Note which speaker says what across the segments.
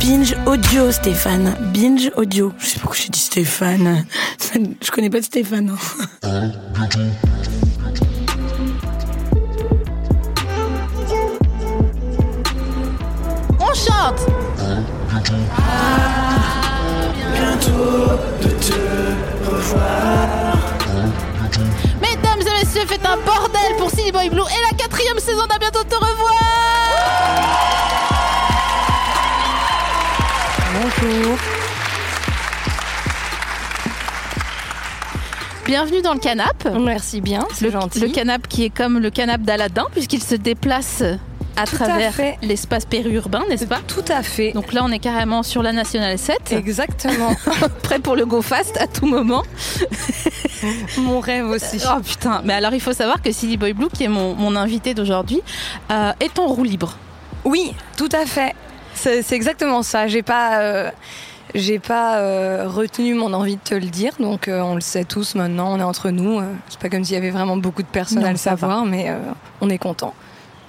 Speaker 1: Binge audio, Stéphane. Binge audio. Je sais pas pourquoi j'ai dit Stéphane. Je connais pas de Stéphane. hein.
Speaker 2: On chante Mesdames et messieurs, faites un bordel pour Silly Boy Blue et la quatrième saison d'À bientôt te revoir
Speaker 1: Bonjour.
Speaker 2: Bienvenue dans le canap.
Speaker 3: Merci bien, c'est
Speaker 2: Le,
Speaker 3: gentil.
Speaker 2: le canap qui est comme le canap d'Aladin puisqu'il se déplace à
Speaker 3: Tout à
Speaker 2: travers
Speaker 3: fait.
Speaker 2: l'espace périurbain, n'est-ce pas
Speaker 3: Tout à fait.
Speaker 2: Donc là, on est carrément sur la nationale 7,
Speaker 3: Exactement.
Speaker 2: prêt pour le go fast à tout moment.
Speaker 3: Mon rêve aussi.
Speaker 2: Oh putain, mais alors il faut savoir que Silly Boy Blue, qui est mon, mon invité d'aujourd'hui, euh, est en roue libre.
Speaker 3: Oui, tout à fait. C'est c'est exactement ça. J'ai pas, euh, j'ai pas euh, retenu mon envie de te le dire, donc euh, on le sait tous maintenant. On est entre nous. euh, C'est pas comme s'il y avait vraiment beaucoup de personnes
Speaker 2: Non,
Speaker 3: à le
Speaker 2: ça va.
Speaker 3: savoir, mais euh, on est content.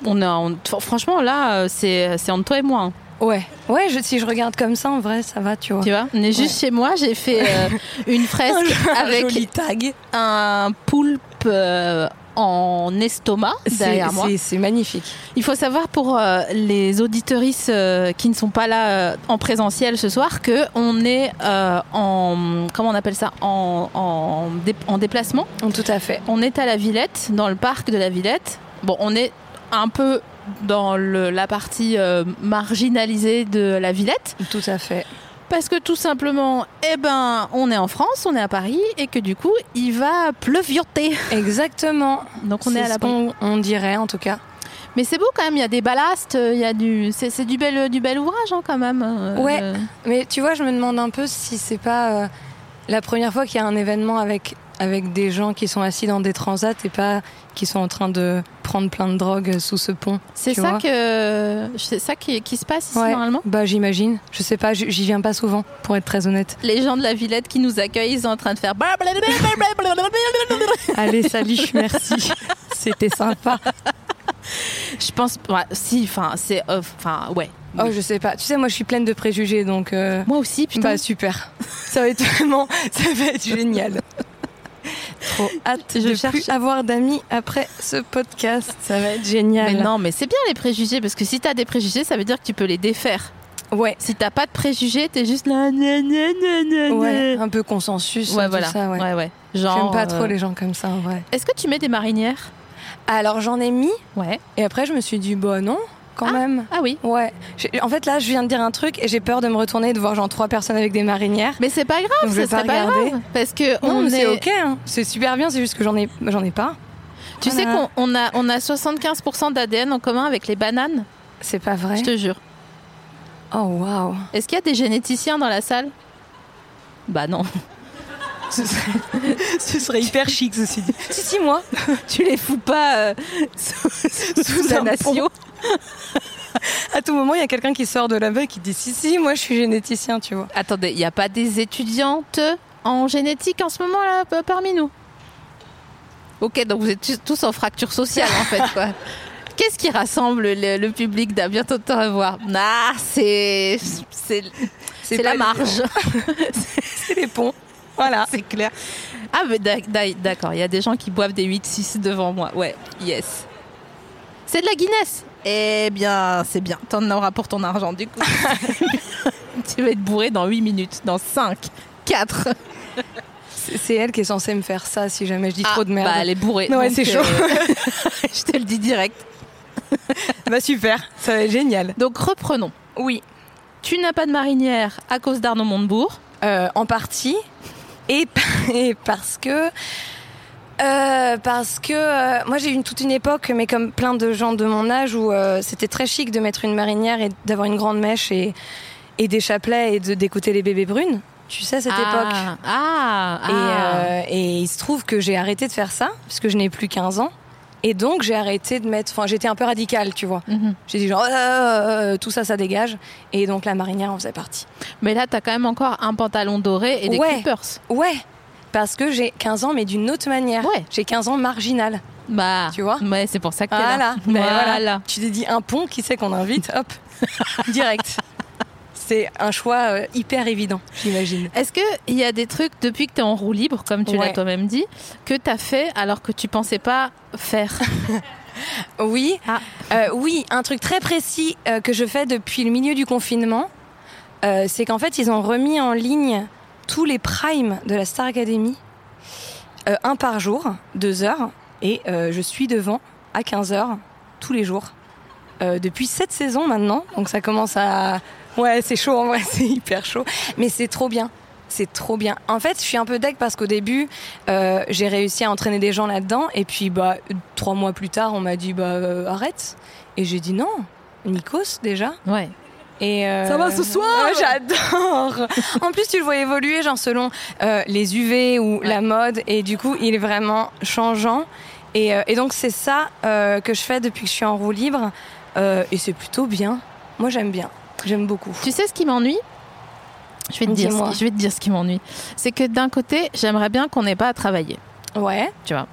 Speaker 2: On a, on- fr- franchement, là, euh, c'est c'est entre toi et moi. hein.
Speaker 3: Ouais, ouais. Je, si je regarde comme ça, en vrai, ça va, tu vois.
Speaker 2: Tu vois, on est juste chez moi, j'ai fait euh, une fresque avec
Speaker 3: joli tag
Speaker 2: un poulpe euh, en estomac
Speaker 3: C'est-
Speaker 2: derrière moi.
Speaker 3: c'est- C'est magnifique.
Speaker 2: Il faut savoir pour euh, les auditorices euh, qui ne sont pas là euh, en présentiel ce soir que on est euh, en comment on appelle ça en, en, dé- en déplacement.
Speaker 3: Tout à fait.
Speaker 2: On est à la Villette, dans le parc de la Villette. Bon, on est un peu dans le- la partie euh, marginalisée de la Villette.
Speaker 3: Tout à fait.
Speaker 2: Parce que tout simplement, eh ben, on est en France, on est à Paris, et que du coup, il va pleuvioter.
Speaker 3: Exactement.
Speaker 2: Donc on est,
Speaker 3: C'est
Speaker 2: à
Speaker 3: ce
Speaker 2: la
Speaker 3: qu'on- On dirait en tout cas.
Speaker 2: Mais c'est beau quand même. Il y a des ballasts, euh, il y a du, c'est c'est du bel, du bel ouvrage hein, quand même. euh,
Speaker 3: Ouais.
Speaker 2: le-
Speaker 3: Mais tu vois, je me demande un peu si c'est pas euh, la première fois qu'il y a un événement avec avec des gens qui sont assis dans des transats et pas qui sont en train de prendre plein de drogues sous ce pont.
Speaker 2: C'est
Speaker 3: Tu
Speaker 2: ça
Speaker 3: vois.
Speaker 2: que, c'est ça qui, qui se passe ici
Speaker 3: Ouais.
Speaker 2: normalement.
Speaker 3: Bah j'imagine. Je sais pas, j- j'y viens pas souvent, pour être très honnête.
Speaker 2: Les gens de la Villette qui nous accueillent, ils sont en train de faire.
Speaker 3: Allez, salut, merci. C'était sympa.
Speaker 2: Je pense, ouais, si, enfin, c'est, euh, enfin, ouais.
Speaker 3: Oh, je sais pas. Tu sais, moi, je suis pleine de préjugés, donc. euh,
Speaker 2: Moi aussi, putain.
Speaker 3: Bah super. Ça va être vraiment, ça va être génial. Trop hâte
Speaker 2: Je
Speaker 3: de
Speaker 2: cherche-
Speaker 3: plus avoir d'amis après ce podcast. Ça va être génial.
Speaker 2: mais non, mais c'est bien les préjugés parce que si t'as des préjugés, ça veut dire que tu peux les défaire.
Speaker 3: Ouais.
Speaker 2: Si t'as pas de préjugés, t'es juste là. gna, gna, gna, gna, gna.
Speaker 3: Ouais, un peu consensus,
Speaker 2: Ouais,
Speaker 3: tout
Speaker 2: voilà.
Speaker 3: ça, ouais.
Speaker 2: ouais. ouais. Genre.
Speaker 3: J'aime pas
Speaker 2: euh,
Speaker 3: trop les gens comme ça, en vrai.
Speaker 2: Est-ce que tu mets des marinières
Speaker 3: Alors j'en ai mis,
Speaker 2: Ouais.
Speaker 3: et après je me suis dit, bah non, quand même.
Speaker 2: Ah oui.
Speaker 3: Ouais. J'ai- En fait là, je viens de dire un truc et j'ai peur de me retourner et de voir genre trois personnes avec des marinières.
Speaker 2: Mais c'est pas
Speaker 3: Donc,
Speaker 2: grave,
Speaker 3: je vais
Speaker 2: ce serait
Speaker 3: pas
Speaker 2: pas
Speaker 3: regarder.
Speaker 2: grave. Parce que
Speaker 3: Non,
Speaker 2: on
Speaker 3: mais
Speaker 2: est.
Speaker 3: c'est ok, hein. c'est super bien, c'est juste que j'en ai, j'en ai pas.
Speaker 2: Tu sais
Speaker 3: Voilà.
Speaker 2: qu'on on a, on a 75% d'ADN en commun avec les bananes,
Speaker 3: C'est pas vrai.
Speaker 2: je te jure.
Speaker 3: Oh waouh.
Speaker 2: Est-ce qu'il y a des généticiens dans la salle Bah non.
Speaker 3: Ce serait, ce serait hyper chic, ceci dit. Si, si, moi.
Speaker 2: tu les fous pas euh, sous, sous
Speaker 3: Sous
Speaker 2: la
Speaker 3: un
Speaker 2: nation.
Speaker 3: À tout moment, il y a quelqu'un qui sort de là-bas et qui dit Si, si, moi je suis généticien, tu vois.
Speaker 2: Attendez, il n'y a pas des étudiantes en génétique en ce moment là p- parmi nous Ok, donc vous êtes tous- tous en fracture sociale en fait quoi. Qu'est-ce qui rassemble le, le public d'à bientôt te revoir Ah, c'est c'est c'est la
Speaker 3: pas
Speaker 2: marge,
Speaker 3: les- les ponts. Voilà.
Speaker 2: c'est clair. Ah mais d'ac- d'ac- d'accord, il y a des gens qui boivent des 8-6 devant moi. Ouais, yes. C'est de la Guinness. Eh bien, c'est bien. T'en auras pour ton argent du coup. tu vas être bourré dans 8 minutes, dans 5, 4.
Speaker 3: C'est c'est elle qui est censée me faire ça si jamais je dis trop de merde.
Speaker 2: Bah, elle est bourrée.
Speaker 3: Ouais,
Speaker 2: donc, euh,
Speaker 3: c'est chaud.
Speaker 2: je te le dis direct.
Speaker 3: Bah, super, ça va être génial.
Speaker 2: Donc reprenons.
Speaker 3: Oui,
Speaker 2: Tu n'as pas de marinière à cause d'Arnaud Montebourg.
Speaker 3: Euh, en partie. Et, et parce que Euh, parce que euh, moi j'ai eu une- toute une époque, mais comme plein de gens de mon âge, où euh, c'était très chic de mettre une marinière et d'avoir une grande mèche et, et des chapelets et de- d'écouter les bébés brunes. Tu sais, cette époque.
Speaker 2: Ah, ah,
Speaker 3: Et, euh, et il se trouve que j'ai arrêté de faire ça, parce que je n'ai plus 15 ans. Et donc j'ai arrêté de mettre. Enfin, j'étais un peu radicale, tu vois.
Speaker 2: Mhm.
Speaker 3: J'ai dit genre, Euh, euh, euh, tout ça, ça dégage. Et donc la marinière en faisait partie.
Speaker 2: Mais là, t'as quand même encore un pantalon doré et des
Speaker 3: Ouais.
Speaker 2: clippers.
Speaker 3: Ouais, parce que j'ai 15 ans, mais d'une autre manière.
Speaker 2: Ouais.
Speaker 3: J'ai 15 ans marginal.
Speaker 2: Bah,
Speaker 3: Tu vois
Speaker 2: Ouais, c'est pour ça que t'es
Speaker 3: Voilà.
Speaker 2: là. Bah,
Speaker 3: Ben
Speaker 2: voilà.
Speaker 3: voilà. Tu t'es dit un pont, qui c'est qu'on invite Hop, direct. C'est un choix euh, hyper évident, j'imagine.
Speaker 2: Est-ce qu'il y a des trucs, depuis que t'es en roue libre, comme tu l'as
Speaker 3: Ouais.
Speaker 2: toi-même dit, que t'as fait alors que tu pensais pas faire
Speaker 3: Oui,
Speaker 2: Ah.
Speaker 3: Euh, oui, un truc très précis euh, que je fais depuis le milieu du confinement, euh, c'est qu'en fait, ils ont remis en ligne tous les primes de la Star Academy, euh, un par jour, deux heures, et euh, je suis devant à 15 heures tous les jours. Euh, depuis sept saisons maintenant, donc ça commence à... Ouais, c'est chaud en vrai, c'est hyper chaud, mais c'est trop bien. C'est trop bien. En fait, je suis un peu deg parce qu'au début, euh, j'ai réussi à entraîner des gens là-dedans. Et puis, bah, trois mois plus tard, on m'a dit, bah, euh, arrête. Et j'ai dit non, Nikos déjà.
Speaker 2: Ouais.
Speaker 3: Et euh,
Speaker 2: Ça va ce soir
Speaker 3: ouais, J'adore. en plus, tu le vois évoluer, genre selon euh, les UV ou la mode, et du coup, il est vraiment changeant. Et, euh, et donc, c'est ça euh, que je fais depuis que je suis en roue libre, Euh, et c'est plutôt bien. Moi, j'aime bien. J'aime beaucoup.
Speaker 2: Tu sais ce qui m'ennuie je vais, te dire,
Speaker 3: Dis-moi.
Speaker 2: ce- je vais te dire ce qui m'ennuie. C'est que d'un côté, j'aimerais bien qu'on n'ait pas à travailler,
Speaker 3: Ouais.
Speaker 2: tu vois.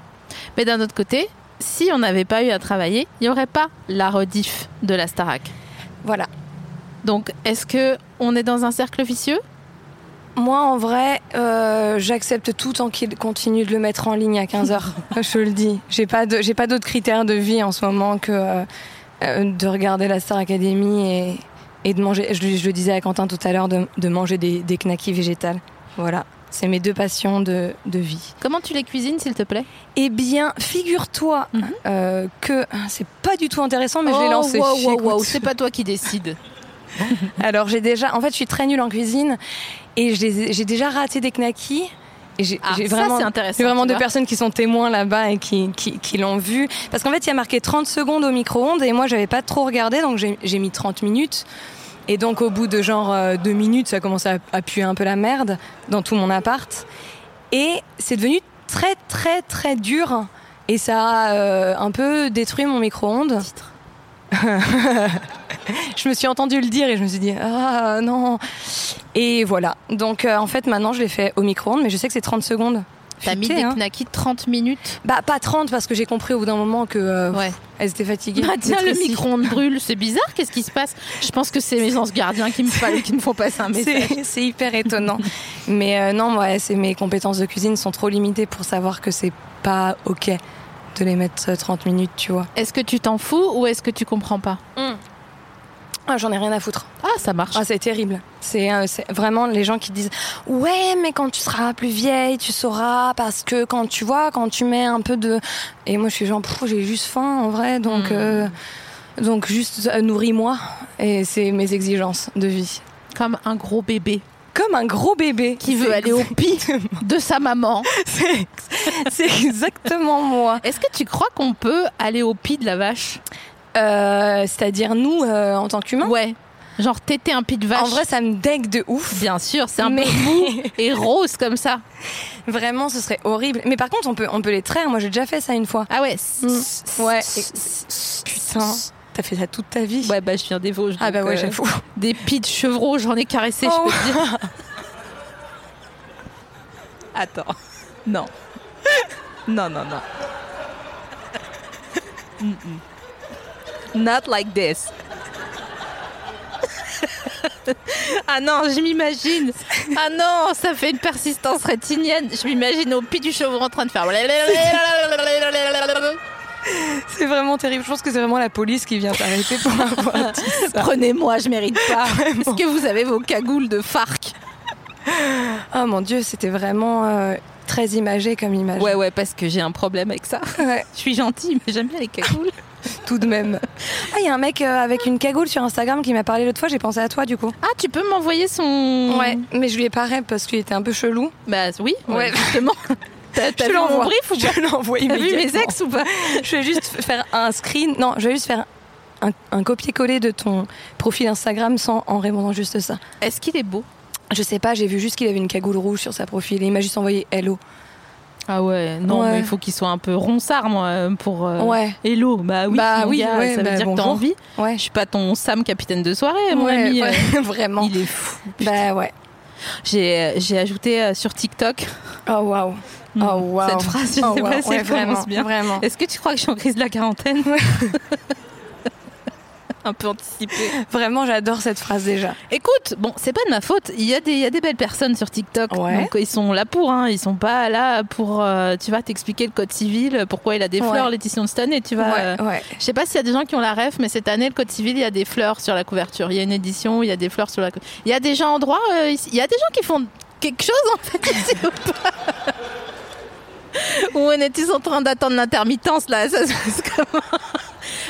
Speaker 2: Mais d'un autre côté, si on n'avait pas eu à travailler, il n'y aurait pas la rediff de la Starac.
Speaker 3: Voilà.
Speaker 2: Donc, est-ce que on est dans un cercle vicieux
Speaker 3: Moi, en vrai, euh, j'accepte tout tant qu'il continue de le mettre en ligne à 15h. je le dis. J'ai pas de- j'ai pas d'autres critères de vie en ce moment que euh, euh, de regarder la Star Academy et, et de manger. Je, je le disais à Quentin tout à l'heure, de, de manger des, des knackis végétales. Voilà. C'est mes deux passions de, de vie.
Speaker 2: Comment tu les cuisines, s'il te plaît
Speaker 3: Eh bien, figure-toi
Speaker 2: Mhm.
Speaker 3: euh, que c'est pas du tout intéressant, mais je l'ai
Speaker 2: Oh,
Speaker 3: lancé.
Speaker 2: wow, wow,
Speaker 3: Écoute.
Speaker 2: wow, c'est pas toi qui décides.
Speaker 3: Alors j'ai déjà, en fait, je suis très nulle en cuisine et je les ai- j'ai déjà raté des knackis. Et j'ai
Speaker 2: Ah,
Speaker 3: j'ai
Speaker 2: ça,
Speaker 3: vraiment,
Speaker 2: c'est intéressant,
Speaker 3: j'ai vraiment
Speaker 2: tu
Speaker 3: deux
Speaker 2: vois.
Speaker 3: personnes qui sont témoins là-bas et qui, qui, qui l'ont vu. Parce qu'en fait, il y a marqué 30 secondes au micro-ondes et moi, j'avais pas trop regardé, donc j'ai j'ai mis 30 minutes. Et donc, au bout de genre euh, deux minutes, ça commençait à, à puer un peu la merde dans tout mon appart. Et c'est devenu très, très, très dur. Et ça a euh, un peu détruit mon micro-ondes. je me suis entendu le dire et je me suis dit ah non et voilà donc euh, en fait maintenant je l'ai fait au micro-ondes mais je sais que c'est 30 secondes
Speaker 2: T'as mis
Speaker 3: Futé,
Speaker 2: des
Speaker 3: hein.
Speaker 2: knackis 30 minutes.
Speaker 3: bah pas 30 parce que j'ai compris au bout d'un moment que euh,
Speaker 2: Ouais.
Speaker 3: pff, elles étaient fatiguées
Speaker 2: Bah, tiens, le
Speaker 3: Détrécies.
Speaker 2: micro-ondes brûle, c'est bizarre, qu'est-ce qui se passe Je pense que c'est mes anges gardiens qui me, parlent, qui me font passer un message.
Speaker 3: c'est c'est hyper étonnant mais euh, non ouais c'est mes compétences de cuisine sont trop limitées pour savoir que c'est pas ok de les mettre euh, 30 minutes tu vois
Speaker 2: Est-ce que tu t'en fous ou est-ce que tu comprends pas
Speaker 3: ah, j'en ai rien à foutre
Speaker 2: Ah, ça marche.
Speaker 3: Ah, c'est terrible. C'est euh, c'est vraiment les gens qui disent Ouais, mais quand tu seras plus vieille, tu sauras, parce que quand tu vois, quand tu mets un peu de. Et moi, je suis genre, Pff, j'ai juste faim en vrai, donc,
Speaker 2: Hmm.
Speaker 3: euh, donc juste euh, nourris-moi. Et c'est mes exigences de vie.
Speaker 2: Comme un gros bébé
Speaker 3: Comme un gros bébé
Speaker 2: qui veut aller au pied de sa maman.
Speaker 3: C'est c'est exactement moi.
Speaker 2: Est-ce que tu crois qu'on peut aller au pied de la vache
Speaker 3: Euh, C'est-à-dire, nous, euh, en tant qu'humains,
Speaker 2: Ouais. Genre téter un pied de vache
Speaker 3: en vrai, ça me dégue de ouf.
Speaker 2: Bien sûr, c'est un
Speaker 3: Mais-
Speaker 2: peu mou et rose comme ça.
Speaker 3: Vraiment, ce serait horrible. Mais par contre, on peut, on peut les traire. Moi, j'ai déjà fait ça une fois.
Speaker 2: Ah ouais.
Speaker 3: Ouais.
Speaker 2: Putain.
Speaker 3: T'as fait ça toute ta vie
Speaker 2: Ouais, bah je viens des Vosges.
Speaker 3: Ah bah
Speaker 2: donc,
Speaker 3: ouais,
Speaker 2: euh,
Speaker 3: j'avoue.
Speaker 2: Des pieds de chevreaux, j'en ai caressé,
Speaker 3: Oh.
Speaker 2: je peux te dire. Attends. Non. Non, non, non. Mm-mm. Not like this. ah non, je m'imagine. Ah non, ça fait une persistance rétinienne. Je m'imagine au pied du chevreau en train de faire.
Speaker 3: C'est vraiment terrible. Je pense que c'est vraiment la police qui vient t'arrêter pour avoir dit ça.
Speaker 2: Prenez-moi, je mérite pas. Est-ce que vous avez vos cagoules de farc
Speaker 3: Oh mon dieu, c'était vraiment euh, très imagé comme image.
Speaker 2: Ouais, ouais, parce que j'ai un problème avec ça.
Speaker 3: Ouais,
Speaker 2: Je suis gentille, mais j'aime bien les cagoules.
Speaker 3: tout de même. Ah, il y a un mec euh, avec une cagoule sur Instagram qui m'a parlé l'autre fois, j'ai pensé à toi du coup.
Speaker 2: Ah, tu peux m'envoyer son.
Speaker 3: Mm. mais je lui ai pas rep parce qu'il était un peu chelou.
Speaker 2: Bah oui, ouais,
Speaker 3: Ouais.
Speaker 2: justement. T'as t'as
Speaker 3: Je
Speaker 2: vu mon
Speaker 3: l'envoie.
Speaker 2: brief ou pas
Speaker 3: Je l'envoie
Speaker 2: T'as vu mes
Speaker 3: immédiatement.
Speaker 2: ex ou pas
Speaker 3: Je vais juste faire un screen. Non, je vais juste faire un, un copier-coller de ton profil Instagram sans en répondant juste ça.
Speaker 2: Est-ce qu'il est beau
Speaker 3: Je sais pas, j'ai vu juste qu'il avait une cagoule rouge sur sa profil et il m'a juste envoyé hello.
Speaker 2: Ah ouais, non,
Speaker 3: Ouais.
Speaker 2: mais il faut qu'il soit un peu ronsard, moi, euh, pour. euh,
Speaker 3: Ouais,
Speaker 2: Hello, bah oui,
Speaker 3: Bah
Speaker 2: mon
Speaker 3: oui,
Speaker 2: gars,
Speaker 3: ouais,
Speaker 2: ça veut
Speaker 3: bah
Speaker 2: dire que t'as
Speaker 3: bonjour.
Speaker 2: envie.
Speaker 3: ouais.
Speaker 2: Je suis pas ton Sam capitaine de soirée, mon
Speaker 3: Ouais,
Speaker 2: ami.
Speaker 3: ouais,
Speaker 2: euh,
Speaker 3: vraiment.
Speaker 2: Il est fou.
Speaker 3: Bah ouais.
Speaker 2: J'ai j'ai ajouté euh, sur TikTok
Speaker 3: Oh waouh. Oh wow.
Speaker 2: Hmm. cette phrase, je
Speaker 3: Oh,
Speaker 2: sais
Speaker 3: wow.
Speaker 2: pas si
Speaker 3: Ouais,
Speaker 2: elle
Speaker 3: vraiment,
Speaker 2: commence bien.
Speaker 3: Vraiment.
Speaker 2: Est-ce que tu crois que je suis en crise de la quarantaine Un peu anticipée.
Speaker 3: Vraiment, j'adore cette phrase déjà.
Speaker 2: Écoute, bon, c'est pas de ma faute. Il y a des, il y a des belles personnes sur TikTok,
Speaker 3: Ouais.
Speaker 2: donc ils sont là pour. Hein, ils sont pas là pour. euh, tu vas t'expliquer le code civil, pourquoi il a des
Speaker 3: Ouais.
Speaker 2: fleurs l'édition de cette année. Tu vas. euh,
Speaker 3: ouais, Bah ouais.
Speaker 2: Je sais pas s'il y a des gens qui ont la ref, mais cette année, le code civil, il y a des fleurs sur la couverture. Il y a une édition où il y a des fleurs sur la. cou- Il y a des gens en droit. euh, ici- il y a des gens qui font quelque chose en fait ici ou pas Ou on est-ils en train d'attendre l'intermittence là Ça se passe comment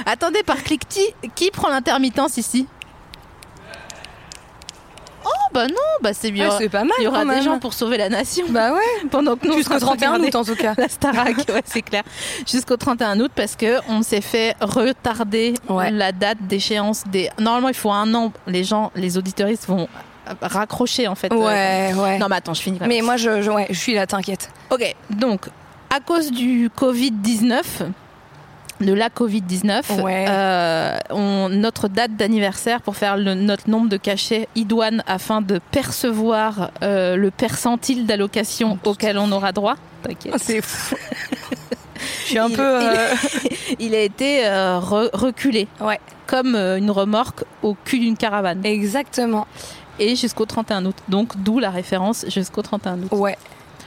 Speaker 2: Attendez, par cliquetis, qui prend l'intermittence ici Oh bah non, bah c'est bien.
Speaker 3: Ouais, Ah, c'est pas mal.
Speaker 2: il y aura
Speaker 3: quand
Speaker 2: des
Speaker 3: même.
Speaker 2: gens pour sauver la nation
Speaker 3: Bah ouais.
Speaker 2: pendant que nous on
Speaker 3: Jusqu'au
Speaker 2: sera
Speaker 3: 31
Speaker 2: regardés.
Speaker 3: août en tout cas.
Speaker 2: La Starac, ouais, c'est clair. Jusqu'au 31 août parce que on s'est fait retarder
Speaker 3: Ouais.
Speaker 2: la date d'échéance des. Normalement, il faut un an. Les gens, les auditoristes vont raccrocher en fait.
Speaker 3: Ouais, ouais.
Speaker 2: Euh, Non, mais attends, je finis. quand même.
Speaker 3: Mais moi, je, je- ouais, je suis là, t'inquiète.
Speaker 2: Ok, donc à cause du Covid-19, de la Covid-19,
Speaker 3: Ouais.
Speaker 2: euh, on- notre date d'anniversaire pour faire le- notre nombre de cachets idoine afin de percevoir euh, le percentile d'allocation auquel on aura droit. T'inquiète.
Speaker 3: Ah, C'est fou. je suis un
Speaker 2: Il-
Speaker 3: peu.
Speaker 2: il-
Speaker 3: euh,
Speaker 2: Il a été euh, re- reculé.
Speaker 3: Ouais.
Speaker 2: Comme euh, une remorque au cul d'une caravane.
Speaker 3: Exactement.
Speaker 2: Et jusqu'au 31 août. Donc, d'où la référence jusqu'au 31 août.
Speaker 3: Ouais.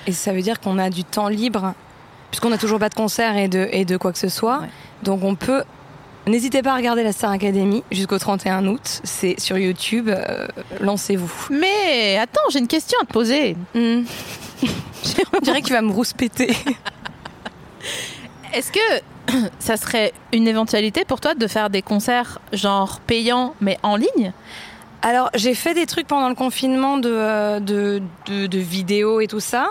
Speaker 3: Et ça veut dire qu'on a du temps libre, puisqu'on n'a toujours pas de concert et de, et de quoi que ce soit.
Speaker 2: Ouais.
Speaker 3: Donc on peut. N'hésitez pas à regarder la Star Academy jusqu'au 31 août. C'est sur YouTube. euh, Lancez-vous.
Speaker 2: Mais attends, j'ai une question à te poser.
Speaker 3: On dirait que tu vas me rouspéter.
Speaker 2: Est-ce que ça serait une éventualité pour toi de faire des concerts genre payants mais en ligne
Speaker 3: Alors, j'ai fait des trucs pendant le confinement de, euh, de, de- de vidéos et tout ça.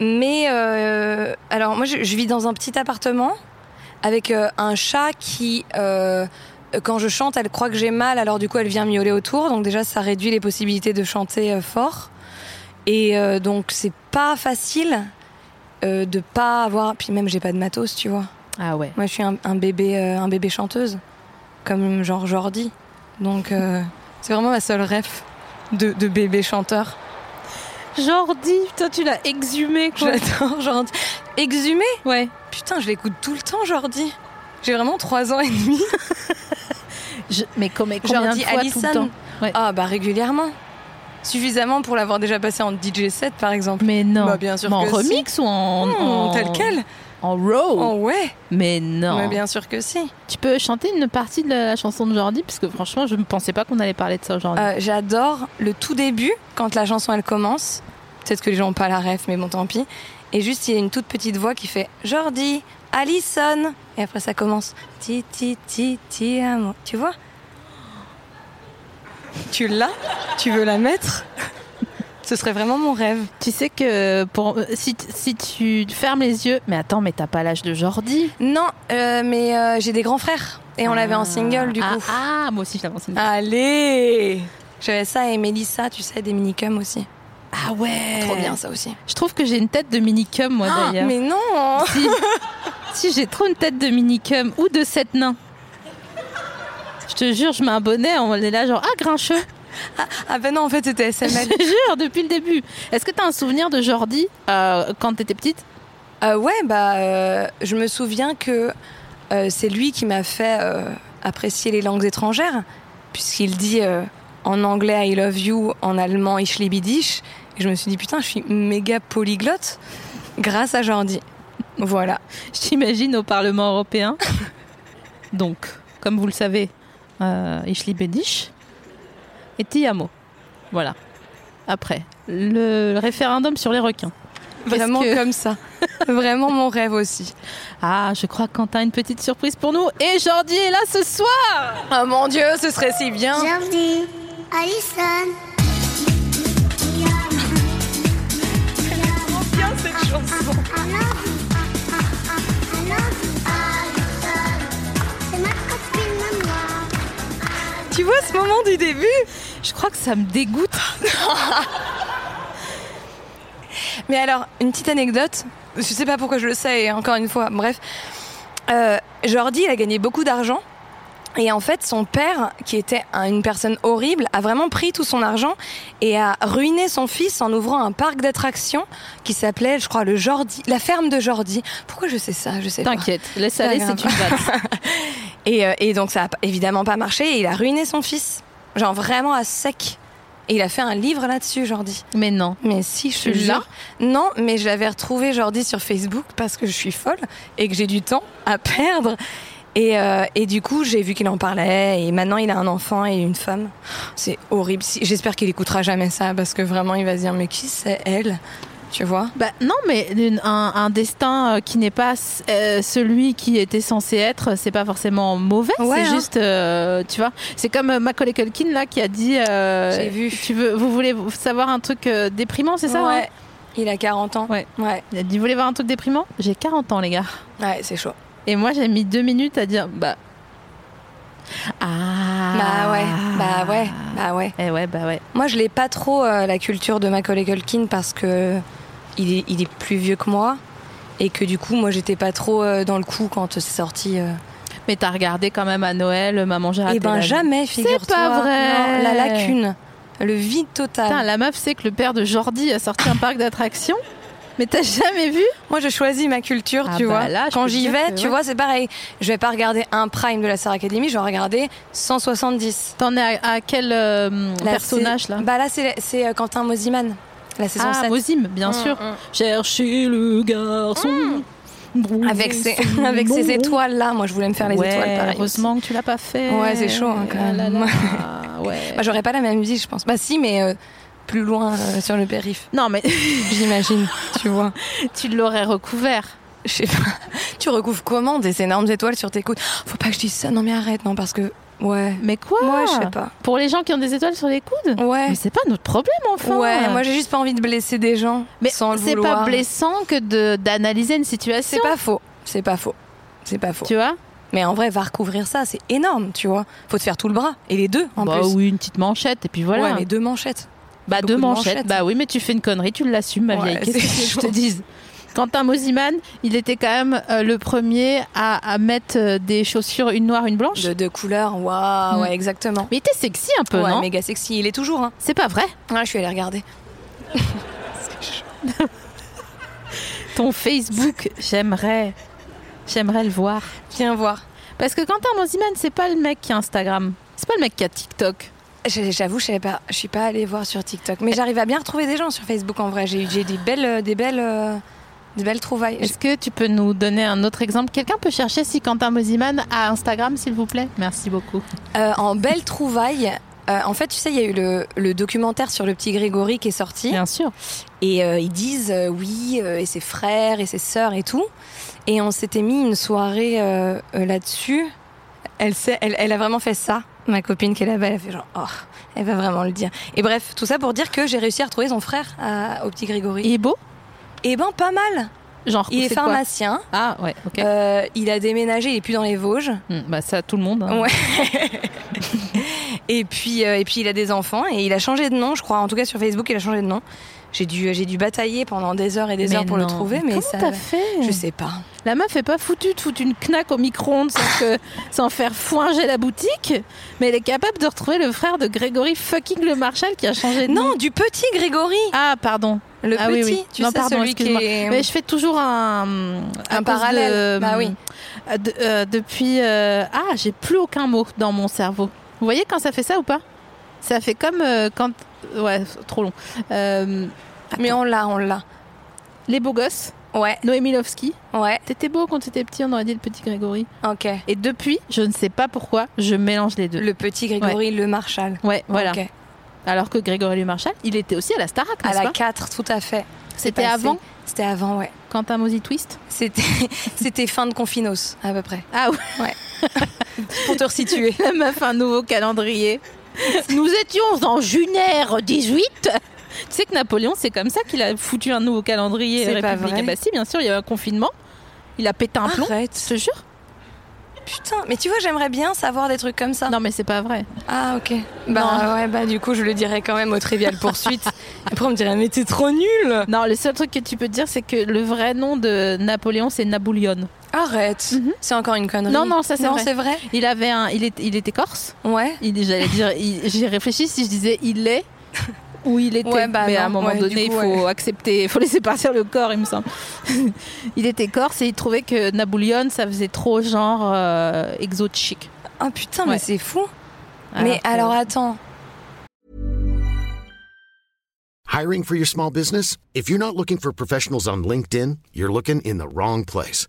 Speaker 3: Mais, euh, alors, moi, je, je vis dans un petit appartement avec euh, un chat qui, euh, quand je chante, elle croit que j'ai mal, alors du coup, elle vient miauler autour. Donc, déjà, ça réduit les possibilités de chanter euh, fort. Et euh, donc, c'est pas facile euh, de pas avoir. Puis, même, j'ai pas de matos, tu vois.
Speaker 2: Ah ouais.
Speaker 3: Moi, je suis un, un bébé, euh, un bébé chanteuse, comme genre Jordi. Donc, euh, c'est vraiment ma seule ref de, de bébé chanteur.
Speaker 2: Jordi, putain, tu l'as exhumé quoi.
Speaker 3: J'adore Jordi. Exhumé
Speaker 2: Ouais.
Speaker 3: Putain, je l'écoute tout le temps, Jordi. J'ai vraiment 3 ans et demi.
Speaker 2: Je- Mais comme combien
Speaker 3: Jordi
Speaker 2: de fois tout le
Speaker 3: Allison.
Speaker 2: temps Ouais.
Speaker 3: Ah, bah régulièrement. Suffisamment pour l'avoir déjà passé en DJ set, par exemple.
Speaker 2: Mais non.
Speaker 3: Bah, bien sûr
Speaker 2: Mais en
Speaker 3: que si.
Speaker 2: remix ou en,
Speaker 3: Hmm,
Speaker 2: en-
Speaker 3: tel quel
Speaker 2: En row.
Speaker 3: Oh ouais
Speaker 2: Mais non.
Speaker 3: Mais bien sûr que si.
Speaker 2: Tu peux chanter une partie de la chanson de Jordi Parce que franchement, je ne pensais pas qu'on allait parler de ça aujourd'hui.
Speaker 3: Euh, J'adore le tout début, quand la chanson elle commence. Peut-être que les gens n'ont pas la ref, mais bon, tant pis. Et juste, il y a une toute petite voix qui fait Jordi, Allison. Et après, ça commence Ti, ti, ti, ti, amo. Tu vois Tu l'as Tu veux la mettre Ce serait vraiment mon rêve.
Speaker 2: tu sais que pour, euh, si, si tu fermes les yeux... Mais attends, mais t'as pas l'âge de Jordi
Speaker 3: Non, euh, mais euh, j'ai des grands frères. Et on l'avait en single, du
Speaker 2: Ah,
Speaker 3: coup.
Speaker 2: Ah, moi aussi je l'avais en single.
Speaker 3: Allez J'avais ça et Mélissa, tu sais, des minicums aussi.
Speaker 2: Ah ouais
Speaker 3: Trop bien, ça aussi.
Speaker 2: Je trouve que j'ai une tête de minicum, moi,
Speaker 3: Ah,
Speaker 2: d'ailleurs.
Speaker 3: mais non
Speaker 2: Si, si, j'ai trop une tête de minicum. Ou de sept nains. Je te jure, je mets un bonnet, on est là genre, ah, grincheux
Speaker 3: Ah ben non, en fait, c'était SML.
Speaker 2: Je te jure, depuis le début. Est-ce que t'as un souvenir de Jordi euh, quand t'étais petite
Speaker 3: Euh, ouais, bah, euh, je me souviens que euh, c'est lui qui m'a fait euh, apprécier les langues étrangères, puisqu'il dit euh, en anglais I love you, en allemand Ich liebe dich. Et je me suis dit, putain, je suis méga polyglotte grâce à Jordi. Voilà.
Speaker 2: Je t'imagine au Parlement européen. Donc, comme vous le savez, euh, ich liebe dich et ti amo. Voilà. Après, le référendum sur les requins. Qu'est-ce
Speaker 3: Vraiment
Speaker 2: que-
Speaker 3: comme ça. Vraiment mon rêve aussi.
Speaker 2: Ah, je crois que Quentin a une petite surprise pour nous. Et Jordi est là ce soir
Speaker 3: Oh mon dieu, ce serait si bien.
Speaker 4: Jordi, Alison.
Speaker 3: chanson. Tu vois ce moment du début
Speaker 2: Je crois que ça me dégoûte.
Speaker 3: Mais alors, une petite anecdote, je sais pas pourquoi je le sais, et encore une fois, bref. Euh, Jordi, il a gagné beaucoup d'argent. Et en fait, son père, qui était un- une personne horrible, a vraiment pris tout son argent et a ruiné son fils en ouvrant un parc d'attractions qui s'appelait, je crois, le Jordi, la ferme de Jordi. Pourquoi je sais ça Je sais pas.
Speaker 2: T'inquiète, laisse
Speaker 3: Pas
Speaker 2: aller,
Speaker 3: grave.
Speaker 2: c'est une vanne.
Speaker 3: Et, euh, et donc ça a pas- évidemment pas marché et il a ruiné son fils. Genre vraiment à sec. Et il a fait un livre là-dessus, Jordi.
Speaker 2: Mais non.
Speaker 3: Mais si, je te
Speaker 2: Tu l'as
Speaker 3: jure. Non, mais je l'avais retrouvé Jordi sur Facebook parce que je suis folle et que j'ai du temps à perdre. Et, euh, et du coup, j'ai vu qu'il en parlait et maintenant il a un enfant et une femme. C'est horrible. Si- J'espère qu'il écoutera jamais ça parce que vraiment il va se dire mais qui c'est elle Tu vois
Speaker 2: Bah, non, mais une- un, un destin euh, qui n'est pas euh, celui qui était censé être, c'est pas forcément mauvais.
Speaker 3: Ouais,
Speaker 2: c'est
Speaker 3: hein.
Speaker 2: juste, euh, tu vois. C'est comme euh, Macaulay Culkin là qui a dit. euh,
Speaker 3: J'ai vu.
Speaker 2: Tu veux, vous voulez savoir un truc euh, déprimant, c'est ça hein
Speaker 3: Ouais. Il a 40 ans.
Speaker 2: Ouais.
Speaker 3: Ouais,
Speaker 2: Il a dit, vous voulez voir un truc déprimant J'ai 40 ans, les gars.
Speaker 3: Ouais, c'est chaud.
Speaker 2: Et moi, j'ai mis deux minutes à dire, bah. Ah.
Speaker 3: Bah ouais, bah ouais, bah ouais.
Speaker 2: Eh ouais, bah ouais.
Speaker 3: Moi, je l'ai pas trop euh, la culture de Macaulay Culkin parce que il est, il est plus vieux que moi et que du coup, moi, j'étais pas trop euh, dans le coup quand c'est sorti. euh.
Speaker 2: Mais t'as regardé quand même à Noël, Maman, j'ai raté
Speaker 3: Eh ben
Speaker 2: l'avion.
Speaker 3: jamais, figure-toi.
Speaker 2: pas vrai.
Speaker 3: Non, la lacune, le vide total.
Speaker 2: Putain, la meuf sait que le père de Jordi a sorti un parc d'attractions. Mais t'as jamais vu
Speaker 3: Moi, je choisis ma culture,
Speaker 2: Ah
Speaker 3: tu
Speaker 2: bah
Speaker 3: vois.
Speaker 2: là, je
Speaker 3: quand
Speaker 2: peux
Speaker 3: j'y
Speaker 2: dire
Speaker 3: vais,
Speaker 2: que
Speaker 3: tu
Speaker 2: ouais.
Speaker 3: vois, c'est pareil. Je vais pas regarder un prime de la Star Academy, je vais en regarder 170.
Speaker 2: T'en es à, à quel euh,
Speaker 3: La
Speaker 2: personnage
Speaker 3: sais-
Speaker 2: là
Speaker 3: Bah là, c'est c'est, euh, Quentin Mosiman, la saison
Speaker 2: Ah,
Speaker 3: 7.
Speaker 2: Mozim, bien
Speaker 3: Mm,
Speaker 2: sûr.
Speaker 3: mm.
Speaker 2: Cherchez le garçon. Brouillez
Speaker 3: Avec ses,
Speaker 2: son
Speaker 3: avec ses
Speaker 2: nom.
Speaker 3: étoiles là, moi je voulais me faire les
Speaker 2: Ouais,
Speaker 3: étoiles pareil.
Speaker 2: Heureusement que tu l'as pas fait.
Speaker 3: Ouais, c'est chaud, hein, quand
Speaker 2: Ah là
Speaker 3: même.
Speaker 2: là. Ouais.
Speaker 3: Bah, J'aurais pas la même vie, je pense. Bah si, mais euh, plus loin euh, sur le périph,
Speaker 2: Non, mais
Speaker 3: j'imagine. tu vois.
Speaker 2: tu l'aurais recouvert.
Speaker 3: Je sais pas. Tu recouvres comment des énormes étoiles sur tes coudes Faut pas que je dise ça. Non mais arrête, non parce que ouais.
Speaker 2: Mais quoi
Speaker 3: Moi je sais pas.
Speaker 2: Pour les gens qui ont des étoiles sur les coudes
Speaker 3: Ouais.
Speaker 2: Ah. Mais c'est pas notre problème, enfin.
Speaker 3: Ouais. Moi j'ai juste pas envie de blesser des gens.
Speaker 2: mais
Speaker 3: sans le
Speaker 2: c'est
Speaker 3: vouloir.
Speaker 2: pas blessant que de- d'analyser une
Speaker 3: C'est
Speaker 2: situation,
Speaker 3: pas faux. C'est pas faux. C'est pas faux.
Speaker 2: tu vois
Speaker 3: Mais en vrai, va recouvrir ça, c'est énorme, tu vois. Faut te faire tout le bras et les deux en
Speaker 2: Bah
Speaker 3: plus.
Speaker 2: oui, une petite manchette, et puis voilà.
Speaker 3: Ouais, mais deux manchettes.
Speaker 2: Bah
Speaker 3: beaucoup
Speaker 2: deux
Speaker 3: de
Speaker 2: manchettes.
Speaker 3: manchettes.
Speaker 2: Bah oui, mais tu fais une connerie, tu l'assumes, ma
Speaker 3: Ouais,
Speaker 2: vieille. Qu'est-ce que
Speaker 3: c'est
Speaker 2: tu veux que je
Speaker 3: chaud.
Speaker 2: te dise Quentin Mosiman, il était quand même euh, le premier à, à mettre euh, des chaussures, une noire, une blanche.
Speaker 3: De deux couleurs. Waouh,
Speaker 2: Mm.
Speaker 3: ouais, exactement.
Speaker 2: Mais il était sexy un peu,
Speaker 3: ouais,
Speaker 2: non
Speaker 3: méga sexy. Il est toujours. Hein.
Speaker 2: C'est pas vrai
Speaker 3: Ouais, je suis allée regarder.
Speaker 2: Ton Facebook, j'aimerais, j'aimerais le voir.
Speaker 3: Viens voir.
Speaker 2: Parce que Quentin Mosiman, c'est pas le mec qui a Instagram, c'est pas le mec qui a TikTok.
Speaker 3: Je- J'avoue, je savais pas, je suis pas allée voir sur TikTok, mais j'arrive à bien retrouver des gens sur Facebook en vrai. J'ai eu j'ai des belles, euh, des belles, euh, des belles trouvailles.
Speaker 2: Est-ce que tu peux nous donner un autre exemple Quelqu'un peut chercher si Quentin Mosiman a Instagram, s'il vous plaît Merci beaucoup.
Speaker 3: Euh, en belles trouvailles, euh, en fait, tu sais, il y a eu le, le documentaire sur le petit Grégory qui est sorti,
Speaker 2: Bien sûr.
Speaker 3: et euh, ils disent euh, oui, euh, et ses frères et ses sœurs et tout, et on s'était mis une soirée euh, euh, là-dessus. Elle, sait, elle, elle a vraiment fait ça. Ma copine qui est là-bas, elle a fait genre, oh, elle va vraiment le dire. Et bref, tout ça pour dire que j'ai réussi à retrouver son frère à- au petit Grégory.
Speaker 2: Il est beau
Speaker 3: Et ben, pas mal.
Speaker 2: Genre,
Speaker 3: Il est
Speaker 2: c'est quoi
Speaker 3: pharmacien.
Speaker 2: Ah ouais, ok.
Speaker 3: Euh, il a déménagé, il est plus dans les Vosges.
Speaker 2: Hmm, bah ça, tout le monde. hein.
Speaker 3: Ouais. Et puis, euh, et puis il a des enfants et il a changé de nom, je crois. En tout cas sur Facebook, il a changé de nom. J'ai dû, j'ai dû batailler pendant des heures et des
Speaker 2: Mais
Speaker 3: heures pour
Speaker 2: non.
Speaker 3: le trouver, mais
Speaker 2: Comment
Speaker 3: ça,
Speaker 2: t'as fait
Speaker 3: je sais pas.
Speaker 2: La meuf est pas foutue de foutre une knack au micro-ondes sans, que- sans faire foinger la boutique, mais elle est capable de retrouver le frère de Grégory fucking Le Marchal qui a changé de nom.
Speaker 3: Non, du petit Grégory,
Speaker 2: Ah pardon.
Speaker 3: le
Speaker 2: ah
Speaker 3: petit.
Speaker 2: oui oui.
Speaker 3: Tu
Speaker 2: non
Speaker 3: sais
Speaker 2: pardon,
Speaker 3: celui qui
Speaker 2: excuse-moi.
Speaker 3: est.
Speaker 2: Mais je fais toujours un à
Speaker 3: Un
Speaker 2: cause
Speaker 3: parallèle.
Speaker 2: de-
Speaker 3: Bah oui.
Speaker 2: de- euh, depuis euh, ah j'ai plus aucun mot dans mon cerveau. Vous voyez quand ça fait ça ou pas Ça fait comme euh, quand ouais trop long. Euh,
Speaker 3: Mais on l'a, on l'a.
Speaker 2: les beaux gosses.
Speaker 3: Ouais,
Speaker 2: Noémie Lovski.
Speaker 3: ouais,
Speaker 2: T'étais beau quand t'étais petit, on aurait dit le petit Grégory.
Speaker 3: ok.
Speaker 2: Et depuis, je ne sais pas pourquoi, je mélange les deux.
Speaker 3: Le petit Grégory, le Marshall.
Speaker 2: Ouais, voilà.
Speaker 3: Ok.
Speaker 2: Alors que Grégory Le Marchal, il était aussi à la Starac,
Speaker 3: À
Speaker 2: n'est-ce
Speaker 3: la
Speaker 2: pas
Speaker 3: 4, tout à fait.
Speaker 2: C'était
Speaker 3: passé.
Speaker 2: avant
Speaker 3: C'était avant, ouais.
Speaker 2: Quentin Mosey Twist
Speaker 3: C'était, c'était fin de confinos, à peu près.
Speaker 2: Ah ouais,
Speaker 3: Pour te resituer.
Speaker 2: la meuf, un nouveau calendrier. Nous étions en Junaire 18. Tu sais que Napoléon, c'est comme ça qu'il a foutu un nouveau calendrier
Speaker 3: C'est pas vrai.
Speaker 2: républicain. Bah si, bien sûr, il y a eu un confinement. Il a pété un plomb. Je
Speaker 3: Arrête.
Speaker 2: te jure
Speaker 3: Putain, mais tu vois, j'aimerais bien savoir des trucs comme ça.
Speaker 2: Non, mais c'est pas vrai.
Speaker 3: Ah, ok. Bah ouais, bah du coup, je le dirais quand même au Trivial Poursuite. Après, on me dirait, mais t'es trop nul
Speaker 2: Non, le seul truc que tu peux te dire, c'est que le vrai nom de Napoléon, c'est Napoléon.
Speaker 3: Arrête. C'est encore une connerie.
Speaker 2: Mhm. Non, non, ça, c'est
Speaker 3: Non,
Speaker 2: vrai.
Speaker 3: c'est vrai.
Speaker 2: Il avait un, il, est- il était corse.
Speaker 3: Ouais.
Speaker 2: Il, j'allais dire, il- j'y réfléchis si je disais il est ou il était.
Speaker 3: Ouais, bah
Speaker 2: mais à un
Speaker 3: non,
Speaker 2: moment
Speaker 3: ouais,
Speaker 2: donné,
Speaker 3: du
Speaker 2: il
Speaker 3: coup,
Speaker 2: faut accepter, il faut laisser partir le corps, il me semble. il était corse et il trouvait que Napoléon, ça faisait trop genre euh, exotique.
Speaker 3: Ah putain,
Speaker 2: Ouais. Ah,
Speaker 3: mais c'est fou. mais
Speaker 2: que-
Speaker 3: alors attends.
Speaker 5: Hiring for your small business? If you're not looking for professionals on LinkedIn, you're looking in the wrong place.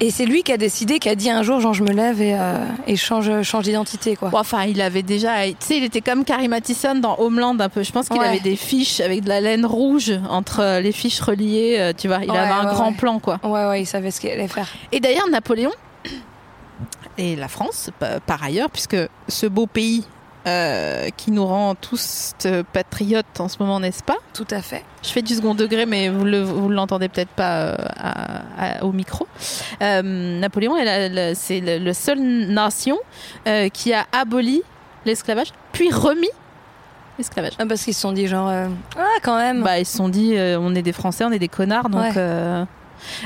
Speaker 3: Et c'est lui qui a décidé, qui a dit un jour, genre, je me lève et, euh, et change, change d'identité, quoi.
Speaker 2: Bon, enfin, il avait déjà. Tu sais, il était comme Carrie Mathison dans Homeland un peu. Je pense qu'il
Speaker 3: Ouais.
Speaker 2: avait des fiches avec de la laine rouge entre euh, les fiches reliées. euh, Tu vois, il
Speaker 3: Ouais,
Speaker 2: avait un
Speaker 3: ouais,
Speaker 2: grand
Speaker 3: ouais.
Speaker 2: plan, quoi.
Speaker 3: Ouais, ouais, il savait ce qu'il allait faire.
Speaker 2: Et d'ailleurs, Napoléon et la France, pa- par ailleurs, puisque ce beau pays euh, qui nous rend tous euh, patriotes en ce moment, n'est-ce pas
Speaker 3: Tout à fait.
Speaker 2: Je fais du second degré, mais vous le- vous l'entendez peut-être pas euh, à- à- au micro. Euh, Napoléon, est la- la- c'est le, le seul nation euh, qui a aboli l'esclavage, puis remis l'esclavage.
Speaker 3: Ah, parce qu'ils se sont dit, genre, euh, ah, quand même.
Speaker 2: Bah, ils se sont dit, euh, on est des Français, on est des connards, donc.
Speaker 3: Ouais.
Speaker 2: euh,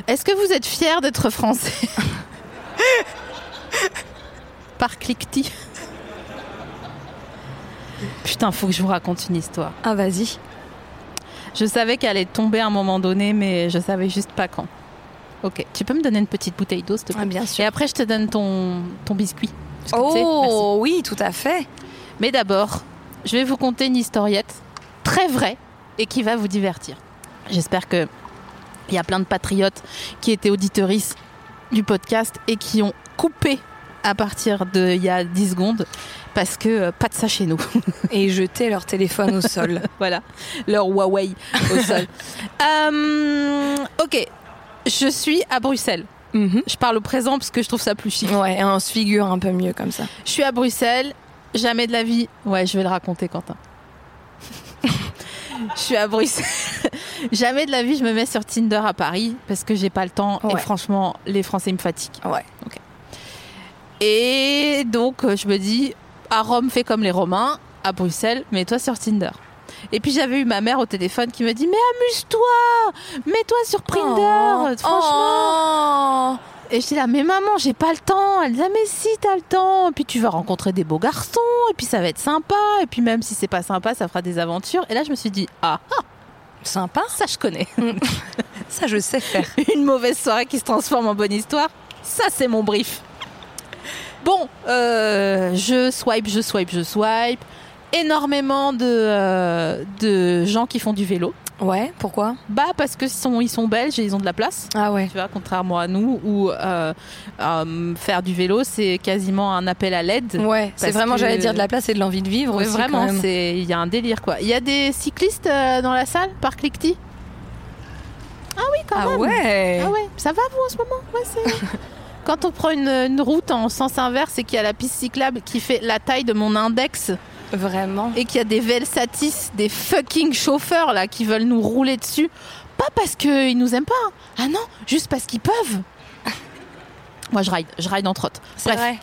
Speaker 2: Est-ce que vous êtes fiers d'être Français Par cliquetis. Putain, faut que je vous raconte une histoire.
Speaker 3: Ah, vas-y.
Speaker 2: Je savais qu'elle allait tomber à un moment donné, mais je savais juste pas quand. Ok, tu peux me donner une petite bouteille d'eau, s'il te plaît
Speaker 3: Ah, bien
Speaker 2: Et
Speaker 3: sûr.
Speaker 2: après, je te donne ton, ton biscuit. Parce que, tu sais, merci.
Speaker 3: Oh, oui, tout à fait.
Speaker 2: Mais d'abord, je vais vous conter une historiette très vraie et qui va vous divertir. J'espère que il y a plein de patriotes qui étaient auditorices du podcast et qui ont coupé à partir de il y a 10 secondes parce que euh, pas de ça chez nous.
Speaker 3: Et jeter leur téléphone au sol.
Speaker 2: voilà, leur Huawei au sol. Euh, ok, je suis à Bruxelles.
Speaker 3: Mhm.
Speaker 2: Je parle au présent parce que je trouve ça plus chic.
Speaker 3: Ouais, et on se figure un peu mieux comme ça.
Speaker 2: Je suis à Bruxelles, jamais de la vie. Ouais, je vais le raconter, Quentin. je suis à Bruxelles. jamais de la vie, je me mets sur Tinder à Paris parce que j'ai pas le temps et
Speaker 3: Ouais.
Speaker 2: franchement, les Français me fatiguent.
Speaker 3: Ouais.
Speaker 2: Et donc, euh, je me dis, à Rome, fais comme les Romains, à Bruxelles, mets-toi sur Tinder. Et puis j'avais eu ma mère au téléphone qui me dit mais amuse-toi, mets-toi sur
Speaker 3: Oh.
Speaker 2: Tinder, franchement.
Speaker 3: franchement.
Speaker 2: Et j'étais là, mais maman, j'ai pas le temps. Elle dit, ah, mais si, t'as le temps. Et puis tu vas rencontrer des beaux garçons. Et puis ça va être sympa. Et puis même si c'est pas sympa, ça fera des aventures. Et là, je me suis dit, ah,
Speaker 3: Sympa.
Speaker 2: ça, je connais.
Speaker 3: Ça, je sais faire.
Speaker 2: Une mauvaise soirée qui se transforme en bonne histoire. Ça, c'est mon brief. Bon, euh, je swipe, je swipe, je swipe. Énormément de, euh, de gens qui font du vélo.
Speaker 3: Ouais, pourquoi
Speaker 2: Bah, parce que sont, ils sont belges et ils ont de la place.
Speaker 3: Ah ouais.
Speaker 2: Tu vois, contrairement à nous, où euh, euh, faire du vélo, c'est quasiment un appel à l'aide.
Speaker 3: Ouais, c'est
Speaker 2: Parce
Speaker 3: vraiment,
Speaker 2: que-
Speaker 3: j'allais dire, de la place et de l'envie de vivre
Speaker 2: Ouais,
Speaker 3: aussi,
Speaker 2: vraiment,
Speaker 3: quand même.
Speaker 2: c'est il y a un délire quoi. Il y a des cyclistes euh, dans la salle par cliquetis Ah oui, quand
Speaker 3: Ah
Speaker 2: même.
Speaker 3: ouais.
Speaker 2: Ah ouais, ça va vous en ce moment Ouais, c'est- Quand on prend une, une route en sens inverse et qu'il y a la piste cyclable qui fait la taille de mon index
Speaker 3: Vraiment.
Speaker 2: et qu'il y a des Velsatis, des fucking chauffeurs là qui veulent nous rouler dessus, pas parce qu'ils nous aiment pas, hein. ah non, juste parce qu'ils peuvent. Moi je ride, je ride en trotte.
Speaker 3: C'est
Speaker 2: Bref.
Speaker 3: vrai.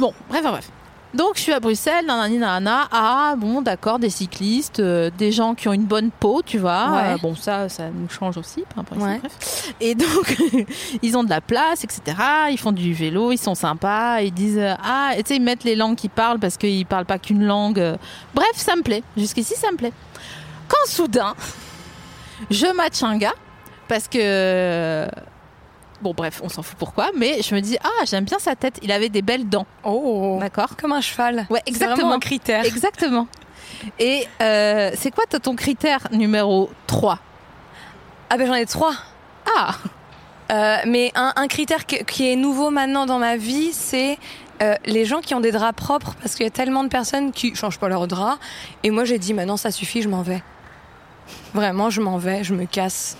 Speaker 2: Bon, bref, bref, bref. Donc, je suis à Bruxelles, nanani, nanana. Ah, bon, d'accord, des cyclistes, euh, des gens qui ont une bonne peau, tu vois.
Speaker 3: Ouais.
Speaker 2: Euh, bon, ça, ça nous change aussi. peu importe,
Speaker 3: Ouais.
Speaker 2: bref. Et donc, ils ont de la place, etc. Ils font du vélo, ils sont sympas. Ils disent, euh, ah, et tu sais, ils mettent les langues qu'ils parlent parce qu'ils parlent pas qu'une langue. euh. Bref, ça me plaît. Jusqu'ici, ça me plaît. Quand soudain, je match un gars parce que. Bon, bref, on s'en fout pourquoi, mais je me dis, ah, j'aime bien sa tête. Il avait des belles dents.
Speaker 3: Oh.
Speaker 2: D'accord.
Speaker 3: Comme un cheval.
Speaker 2: Ouais,
Speaker 3: C'est
Speaker 2: exactement.
Speaker 3: vraiment un critère.
Speaker 2: Exactement. Et euh, c'est quoi ton critère numéro 3
Speaker 3: Ah ben j'en ai trois.
Speaker 2: Ah
Speaker 3: Euh, mais un, un critère que- qui est nouveau maintenant dans ma vie, c'est euh, les gens qui ont des draps propres, parce qu'il y a tellement de personnes qui changent pas leurs draps. Et moi, j'ai dit, maintenant, ça suffit, je m'en vais. Vraiment, je m'en vais, je me casse.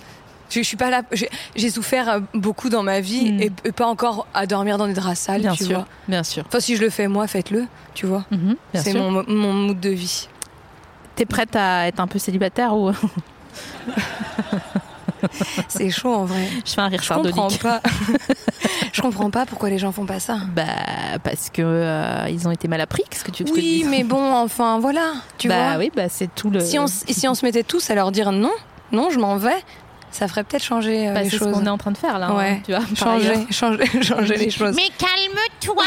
Speaker 3: Je, je suis pas là. j'ai- J'ai souffert euh, beaucoup dans ma vie
Speaker 2: Mm.
Speaker 3: et, et pas encore à dormir dans des draps sales,
Speaker 2: Bien
Speaker 3: Ah, tu
Speaker 2: sûr,
Speaker 3: vois.
Speaker 2: bien sûr.
Speaker 3: Enfin, si je le fais moi, faites-le, tu vois.
Speaker 2: Mhm, bien
Speaker 3: C'est
Speaker 2: sûr.
Speaker 3: mon, mon mood de vie.
Speaker 2: T'es prête à être un peu célibataire ou
Speaker 3: C'est chaud en vrai.
Speaker 2: je fais un rire
Speaker 3: Je comprends
Speaker 2: sardonique
Speaker 3: pas. je comprends pas pourquoi les gens font pas ça.
Speaker 2: Bah parce que euh, ils ont été mal appris, qu'est-ce que tu veux que je te
Speaker 3: Oui,
Speaker 2: dise
Speaker 3: mais bon, enfin, voilà. Tu vois.
Speaker 2: bah oui, bah c'est tout le.
Speaker 3: Si on, s- si on se mettait tous à leur dire non, non, je m'en vais, ça ferait peut-être changer euh,
Speaker 2: Bah,
Speaker 3: les
Speaker 2: c'est ce
Speaker 3: choses.
Speaker 2: qu'on est en train de faire là. hein,
Speaker 3: Ouais.
Speaker 2: tu vois, par ailleurs.
Speaker 3: changer, changer, changer les choses.
Speaker 4: Mais calme-toi,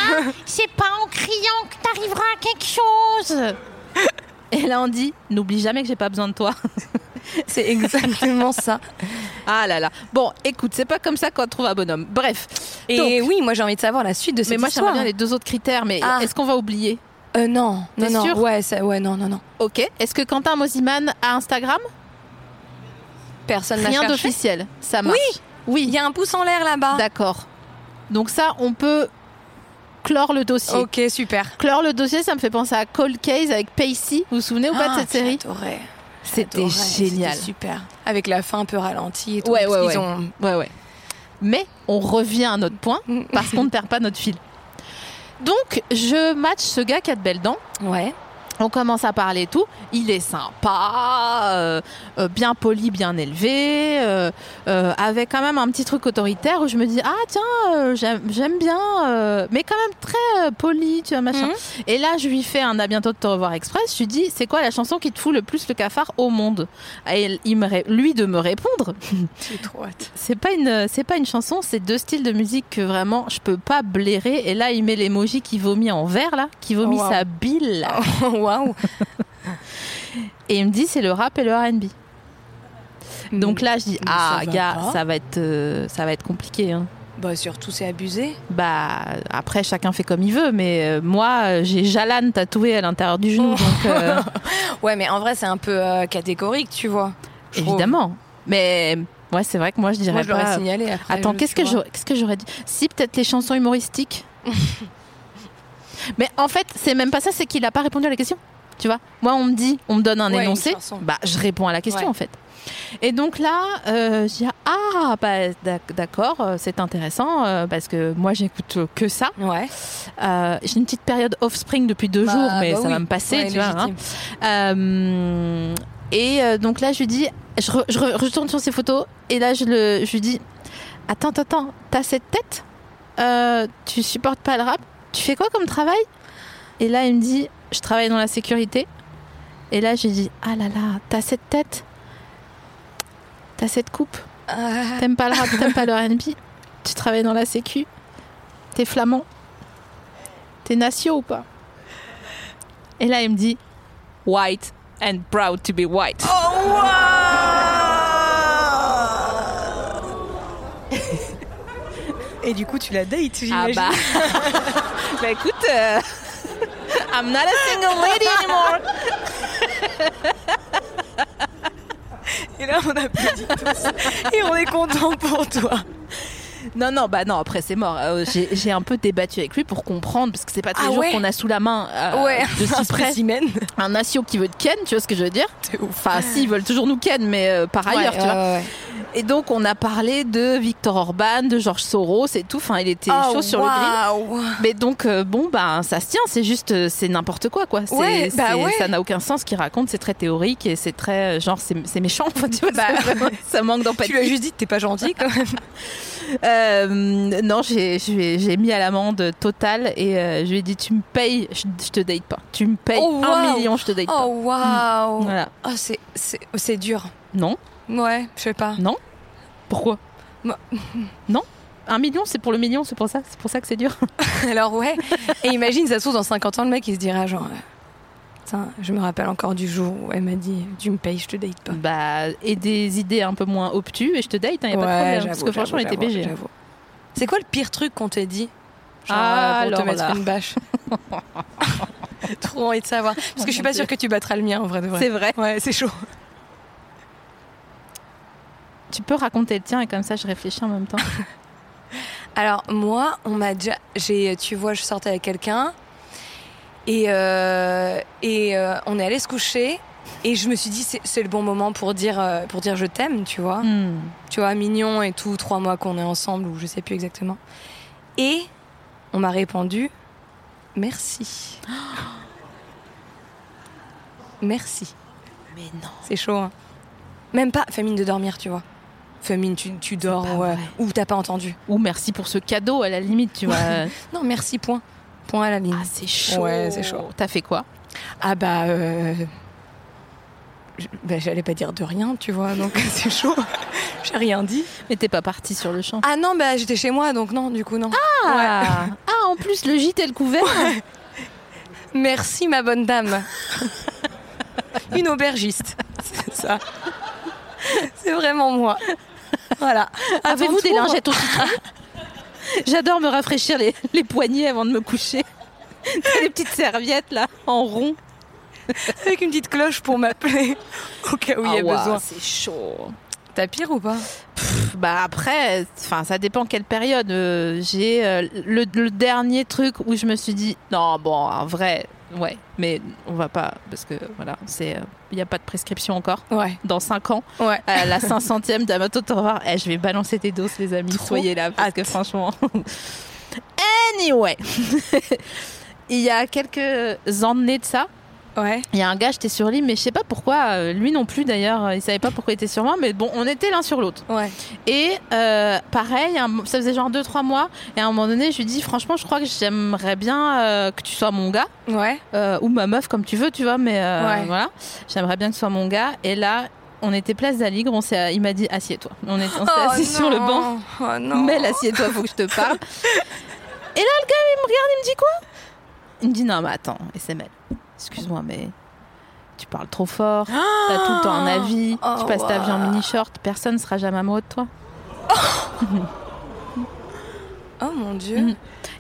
Speaker 4: c'est pas en criant que t'arriveras à quelque chose.
Speaker 2: Et là on dit, n'oublie jamais que j'ai pas besoin de toi.
Speaker 3: C'est exactement ça.
Speaker 2: Ah là là. Bon, écoute, c'est pas comme ça qu'on trouve un bonhomme. Bref.
Speaker 3: Et
Speaker 2: Donc,
Speaker 3: oui, moi j'ai envie de savoir la suite de cette
Speaker 2: mais moi j'aimerais
Speaker 3: histoire.
Speaker 2: bien les deux autres critères, mais
Speaker 3: Ah.
Speaker 2: est-ce qu'on va oublier
Speaker 3: Euh, non,
Speaker 2: T'es
Speaker 3: non, non,
Speaker 2: sûre
Speaker 3: ouais, ça- ouais, non, non, non.
Speaker 2: Ok. Est-ce que Quentin Mosiman a Instagram
Speaker 3: Personne n'a
Speaker 2: Rien
Speaker 3: cherché. Ah.
Speaker 2: d'officiel. Ça marche. Oui.
Speaker 3: Il y a un pouce en l'air là-bas.
Speaker 2: D'accord. Donc ça, on peut clore le dossier.
Speaker 3: Ok, super.
Speaker 2: Clore le dossier, ça me fait penser à Cold Case avec Pacey. Vous vous souvenez ou
Speaker 3: Ah,
Speaker 2: pas de cette série C'était génial.
Speaker 3: super. Avec la fin un peu ralentie et tout.
Speaker 2: Ouais,
Speaker 3: parce
Speaker 2: ouais,
Speaker 3: qu'ils
Speaker 2: ouais.
Speaker 3: ont-
Speaker 2: Ouais, ouais. Mais on revient à notre point parce qu'on ne perd pas notre fil. Donc, je match ce gars qui a de belles dents.
Speaker 3: Ouais.
Speaker 2: On commence à parler et tout. Il est sympa, euh, euh, bien poli, bien élevé, euh, euh, avec quand même un petit truc autoritaire où je me dis ah tiens euh, j'aime j'aime bien, euh, mais quand même très euh, poli, tu vois machin.
Speaker 3: Mhm.
Speaker 2: Et là je lui fais un à bientôt de te revoir express. Je lui dis c'est quoi la chanson qui te fout le plus le cafard au monde Et il- il me ré- lui de me répondre
Speaker 3: J'ai trop hâte.
Speaker 2: c'est pas une c'est pas une chanson, c'est deux styles de musique que vraiment je peux pas blairer. Et là il met l'emoji qui vomit en vert là, qui vomit
Speaker 3: Oh, wow.
Speaker 2: sa bile.
Speaker 3: Waouh.
Speaker 2: Et il me dit c'est le rap et le R&B. Donc là je dis
Speaker 3: Mais ça
Speaker 2: ah
Speaker 3: va
Speaker 2: gars
Speaker 3: pas.
Speaker 2: ça va être euh, ça va être compliqué. hein.
Speaker 3: Bah, surtout, c'est abusé.
Speaker 2: Bah après chacun fait comme il veut, mais euh, moi euh, j'ai Jalan tatoué à l'intérieur du genou
Speaker 3: Oh.
Speaker 2: donc euh,
Speaker 3: Ouais, mais en vrai, c'est un peu euh, catégorique, tu vois. Je trouve.
Speaker 2: évidemment. Mais ouais c'est vrai que moi je dirais
Speaker 3: Moi, je l'aurais
Speaker 2: pas. euh,
Speaker 3: signalé après.
Speaker 2: Attends
Speaker 3: je-
Speaker 2: qu'est-ce
Speaker 3: tu
Speaker 2: que
Speaker 3: vois.
Speaker 2: j'aurais- qu'est-ce que j'aurais dit Si peut-être les chansons humoristiques. mais en fait c'est même pas ça, c'est qu'il a pas répondu à la question. Tu vois, moi on me dit, on me donne un
Speaker 3: Ouais, une
Speaker 2: énoncé,
Speaker 3: chanson.
Speaker 2: bah je réponds à la question
Speaker 3: Ouais.
Speaker 2: en fait. Et donc là, euh, je dis ah bah d'ac- d'accord, euh, c'est intéressant euh, parce que moi j'écoute euh, que ça.
Speaker 3: Ouais.
Speaker 2: Euh, J'ai une petite période Offspring depuis deux
Speaker 3: Bah,
Speaker 2: jours, mais
Speaker 3: bah
Speaker 2: ça
Speaker 3: oui.
Speaker 2: va me passer,
Speaker 3: Ouais,
Speaker 2: tu vois. hein.
Speaker 3: légitime.
Speaker 2: Euh, et euh, donc là je lui dis, je, re- je re- je retourne sur ses photos et là je, le, je lui dis attends attends attends, t'as cette tête, Euh, tu supportes pas le rap, tu fais quoi comme travail Et là il me dit je travaille dans la sécurité. Et là j'ai dit ah là là, t'as cette tête, t'as cette coupe.
Speaker 3: Ah,
Speaker 2: T'aimes pas le rap, t'aimes pas le R&B Tu travailles dans la sécu T'es flamand T'es natio ou pas Et là, il me dit White and proud to be white.
Speaker 6: Et du coup, tu la dates,
Speaker 2: ah
Speaker 6: j'imagine.
Speaker 2: bah Bah écoute, euh, I'm not a single lady anymore
Speaker 6: Et là, on applaudit tous. Et on est content pour toi.
Speaker 2: Non, non, bah non, après c'est mort. Euh, J'ai j'ai un peu débattu avec lui pour comprendre, parce que c'est pas tous
Speaker 3: Ah
Speaker 2: les jours
Speaker 3: ouais.
Speaker 2: qu'on a sous la main euh,
Speaker 3: Ouais.
Speaker 2: de si
Speaker 3: Un
Speaker 2: près
Speaker 3: spécimen.
Speaker 2: un natio qui veut te ken, tu vois ce que je veux dire Enfin, si, ils veulent toujours nous ken, mais euh, par ailleurs, tu vois. Et donc on a parlé de Victor Orban, de Georges Soros et tout. Enfin, il était
Speaker 3: Ah,
Speaker 2: chaud
Speaker 3: Oh,
Speaker 2: sur le grill. Mais donc euh, bon, bah ça se tient. C'est juste, euh, c'est n'importe quoi, quoi. C'est-
Speaker 3: Ouais, bah
Speaker 2: c'est-
Speaker 3: ouais.
Speaker 2: Ça n'a aucun sens ce qu'il raconte. C'est très théorique et c'est très euh, genre c'est c'est méchant. Enfin, tu vois,
Speaker 3: Bah,
Speaker 2: c'est vraiment- ça manque
Speaker 3: Tu l'as
Speaker 2: d'empathie.
Speaker 3: juste dit, t'es pas gentil quand même.
Speaker 2: Euh, non, j'ai j'ai j'ai mis à l'amende totale et euh, je lui ai dit tu me payes, je, je te date pas. Tu me payes
Speaker 3: Oh,
Speaker 2: un
Speaker 3: waouh.
Speaker 2: million, je te date
Speaker 3: Oh waouh.
Speaker 2: pas. Voilà.
Speaker 3: Oh, c'est- c'est c'est dur.
Speaker 2: Non.
Speaker 3: Ouais, je sais pas.
Speaker 2: Pourquoi
Speaker 3: Moi-
Speaker 2: Non. Un million, c'est pour le million, c'est pour ça, c'est pour ça que c'est dur.
Speaker 3: Alors ouais. Et imagine, ça se trouve, dans 50 ans, le mec, il se dira genre... euh, Putain, je me rappelle encore du jour où elle m'a dit tu me payes, je te date pas.
Speaker 2: Bah, et des idées un peu moins obtues, et je te date, il n'y a pas de
Speaker 3: Ouais,
Speaker 2: problème. Parce
Speaker 3: j'avoue,
Speaker 2: que franchement, on
Speaker 3: j'avoue,
Speaker 2: était BG.
Speaker 3: j'avoue, j'avoue. C'est quoi le pire truc qu'on t'ait dit Genre, euh,
Speaker 2: Ah,
Speaker 3: pour te
Speaker 2: alors
Speaker 3: mettre
Speaker 2: là.
Speaker 3: une bâche. Trop envie de savoir. Parce que je suis pas sûre que tu battras le mien en vrai de vrai.
Speaker 2: C'est vrai.
Speaker 3: Ouais, c'est chaud.
Speaker 2: Tu peux raconter le tien et comme ça je réfléchis en même temps.
Speaker 3: Alors moi, on m'a déjà, j'ai, tu vois, je sortais avec quelqu'un et euh, et euh, on est allé se coucher et je me suis dit c'est, c'est le bon moment pour dire euh, pour dire je t'aime, tu vois,
Speaker 2: Hmm.
Speaker 3: tu vois, mignon et tout, trois mois qu'on est ensemble ou je sais plus exactement. Et on m'a répondu merci, merci.
Speaker 2: Mais non.
Speaker 3: C'est chaud. Hein. Même pas famine de dormir, tu vois. Famine, tu, tu
Speaker 2: pas
Speaker 3: dors ouais.
Speaker 2: vrai.
Speaker 3: ou t'as pas entendu.
Speaker 2: Ou merci pour ce cadeau à la limite, tu vois.
Speaker 3: Non, merci, point. Point à la ligne.
Speaker 2: ah, c'est chaud.
Speaker 3: Ouais, c'est chaud.
Speaker 2: T'as fait quoi
Speaker 3: Ah bah, euh... je- bah, j'allais pas dire de rien, tu vois, donc c'est chaud. J'ai rien dit.
Speaker 2: Mais t'es pas parti sur le champ.
Speaker 3: Ah non, bah j'étais chez moi, donc non, du coup non.
Speaker 2: Ah, ah, en plus le gîte et le couvert.
Speaker 3: Merci ma bonne dame. Une aubergiste, c'est ça. C'est vraiment moi. Voilà. Avant
Speaker 2: euh, Avez-vous
Speaker 3: tout,
Speaker 2: des lingettes au citron J'adore me rafraîchir les, les poignets avant de me coucher. T'as les petites serviettes là, en rond.
Speaker 3: Avec une petite cloche pour m'appeler au cas où il y a
Speaker 2: Ah, waouh,
Speaker 3: besoin.
Speaker 2: C'est chaud.
Speaker 3: T'as pire ou pas
Speaker 2: Pff, Bah après, enfin ça dépend quelle période. Euh, J'ai euh, le, le dernier truc où je me suis dit non bon en vrai ouais mais on va pas parce que voilà c'est euh, il n'y a pas de prescription encore
Speaker 3: Ouais.
Speaker 2: dans 5 ans
Speaker 3: Ouais.
Speaker 2: à la 500e d'Amato Torvar. Eh, je vais balancer tes doses, les amis.
Speaker 3: Trop
Speaker 2: Soyez là, parce que franchement. anyway, il y a quelques années de ça,
Speaker 3: Ouais.
Speaker 2: il y a un gars, j'étais sur lui, mais je sais pas pourquoi, euh, lui non plus d'ailleurs, euh, il savait pas pourquoi il était sur moi, mais bon, on était l'un sur l'autre.
Speaker 3: Ouais.
Speaker 2: Et euh, pareil, un- ça faisait genre 2-3 mois, et à un moment donné, je lui dis, franchement, je crois que j'aimerais bien euh, que tu sois mon gars.
Speaker 3: Ouais.
Speaker 2: Euh, ou ma meuf comme tu veux, tu vois, mais euh,
Speaker 3: Ouais.
Speaker 2: voilà, j'aimerais bien que ce soit mon gars. Et là, on était place d'Aligre, on s'est, il m'a dit assieds-toi. On, est, on s'est assis sur le banc.
Speaker 3: Oh non.
Speaker 2: Mel, assieds-toi, faut que je te parle. et là, le gars, il me regarde, il me dit quoi Il me dit non, mais attends, SML, excuse-moi, mais tu parles trop fort, t'as tout le temps un avis,
Speaker 3: Ah Oh,
Speaker 2: tu passes ta vie en
Speaker 3: waouh.
Speaker 2: mini-short, personne ne sera jamais amoureux de toi.
Speaker 3: Oh mon dieu.
Speaker 2: Mm.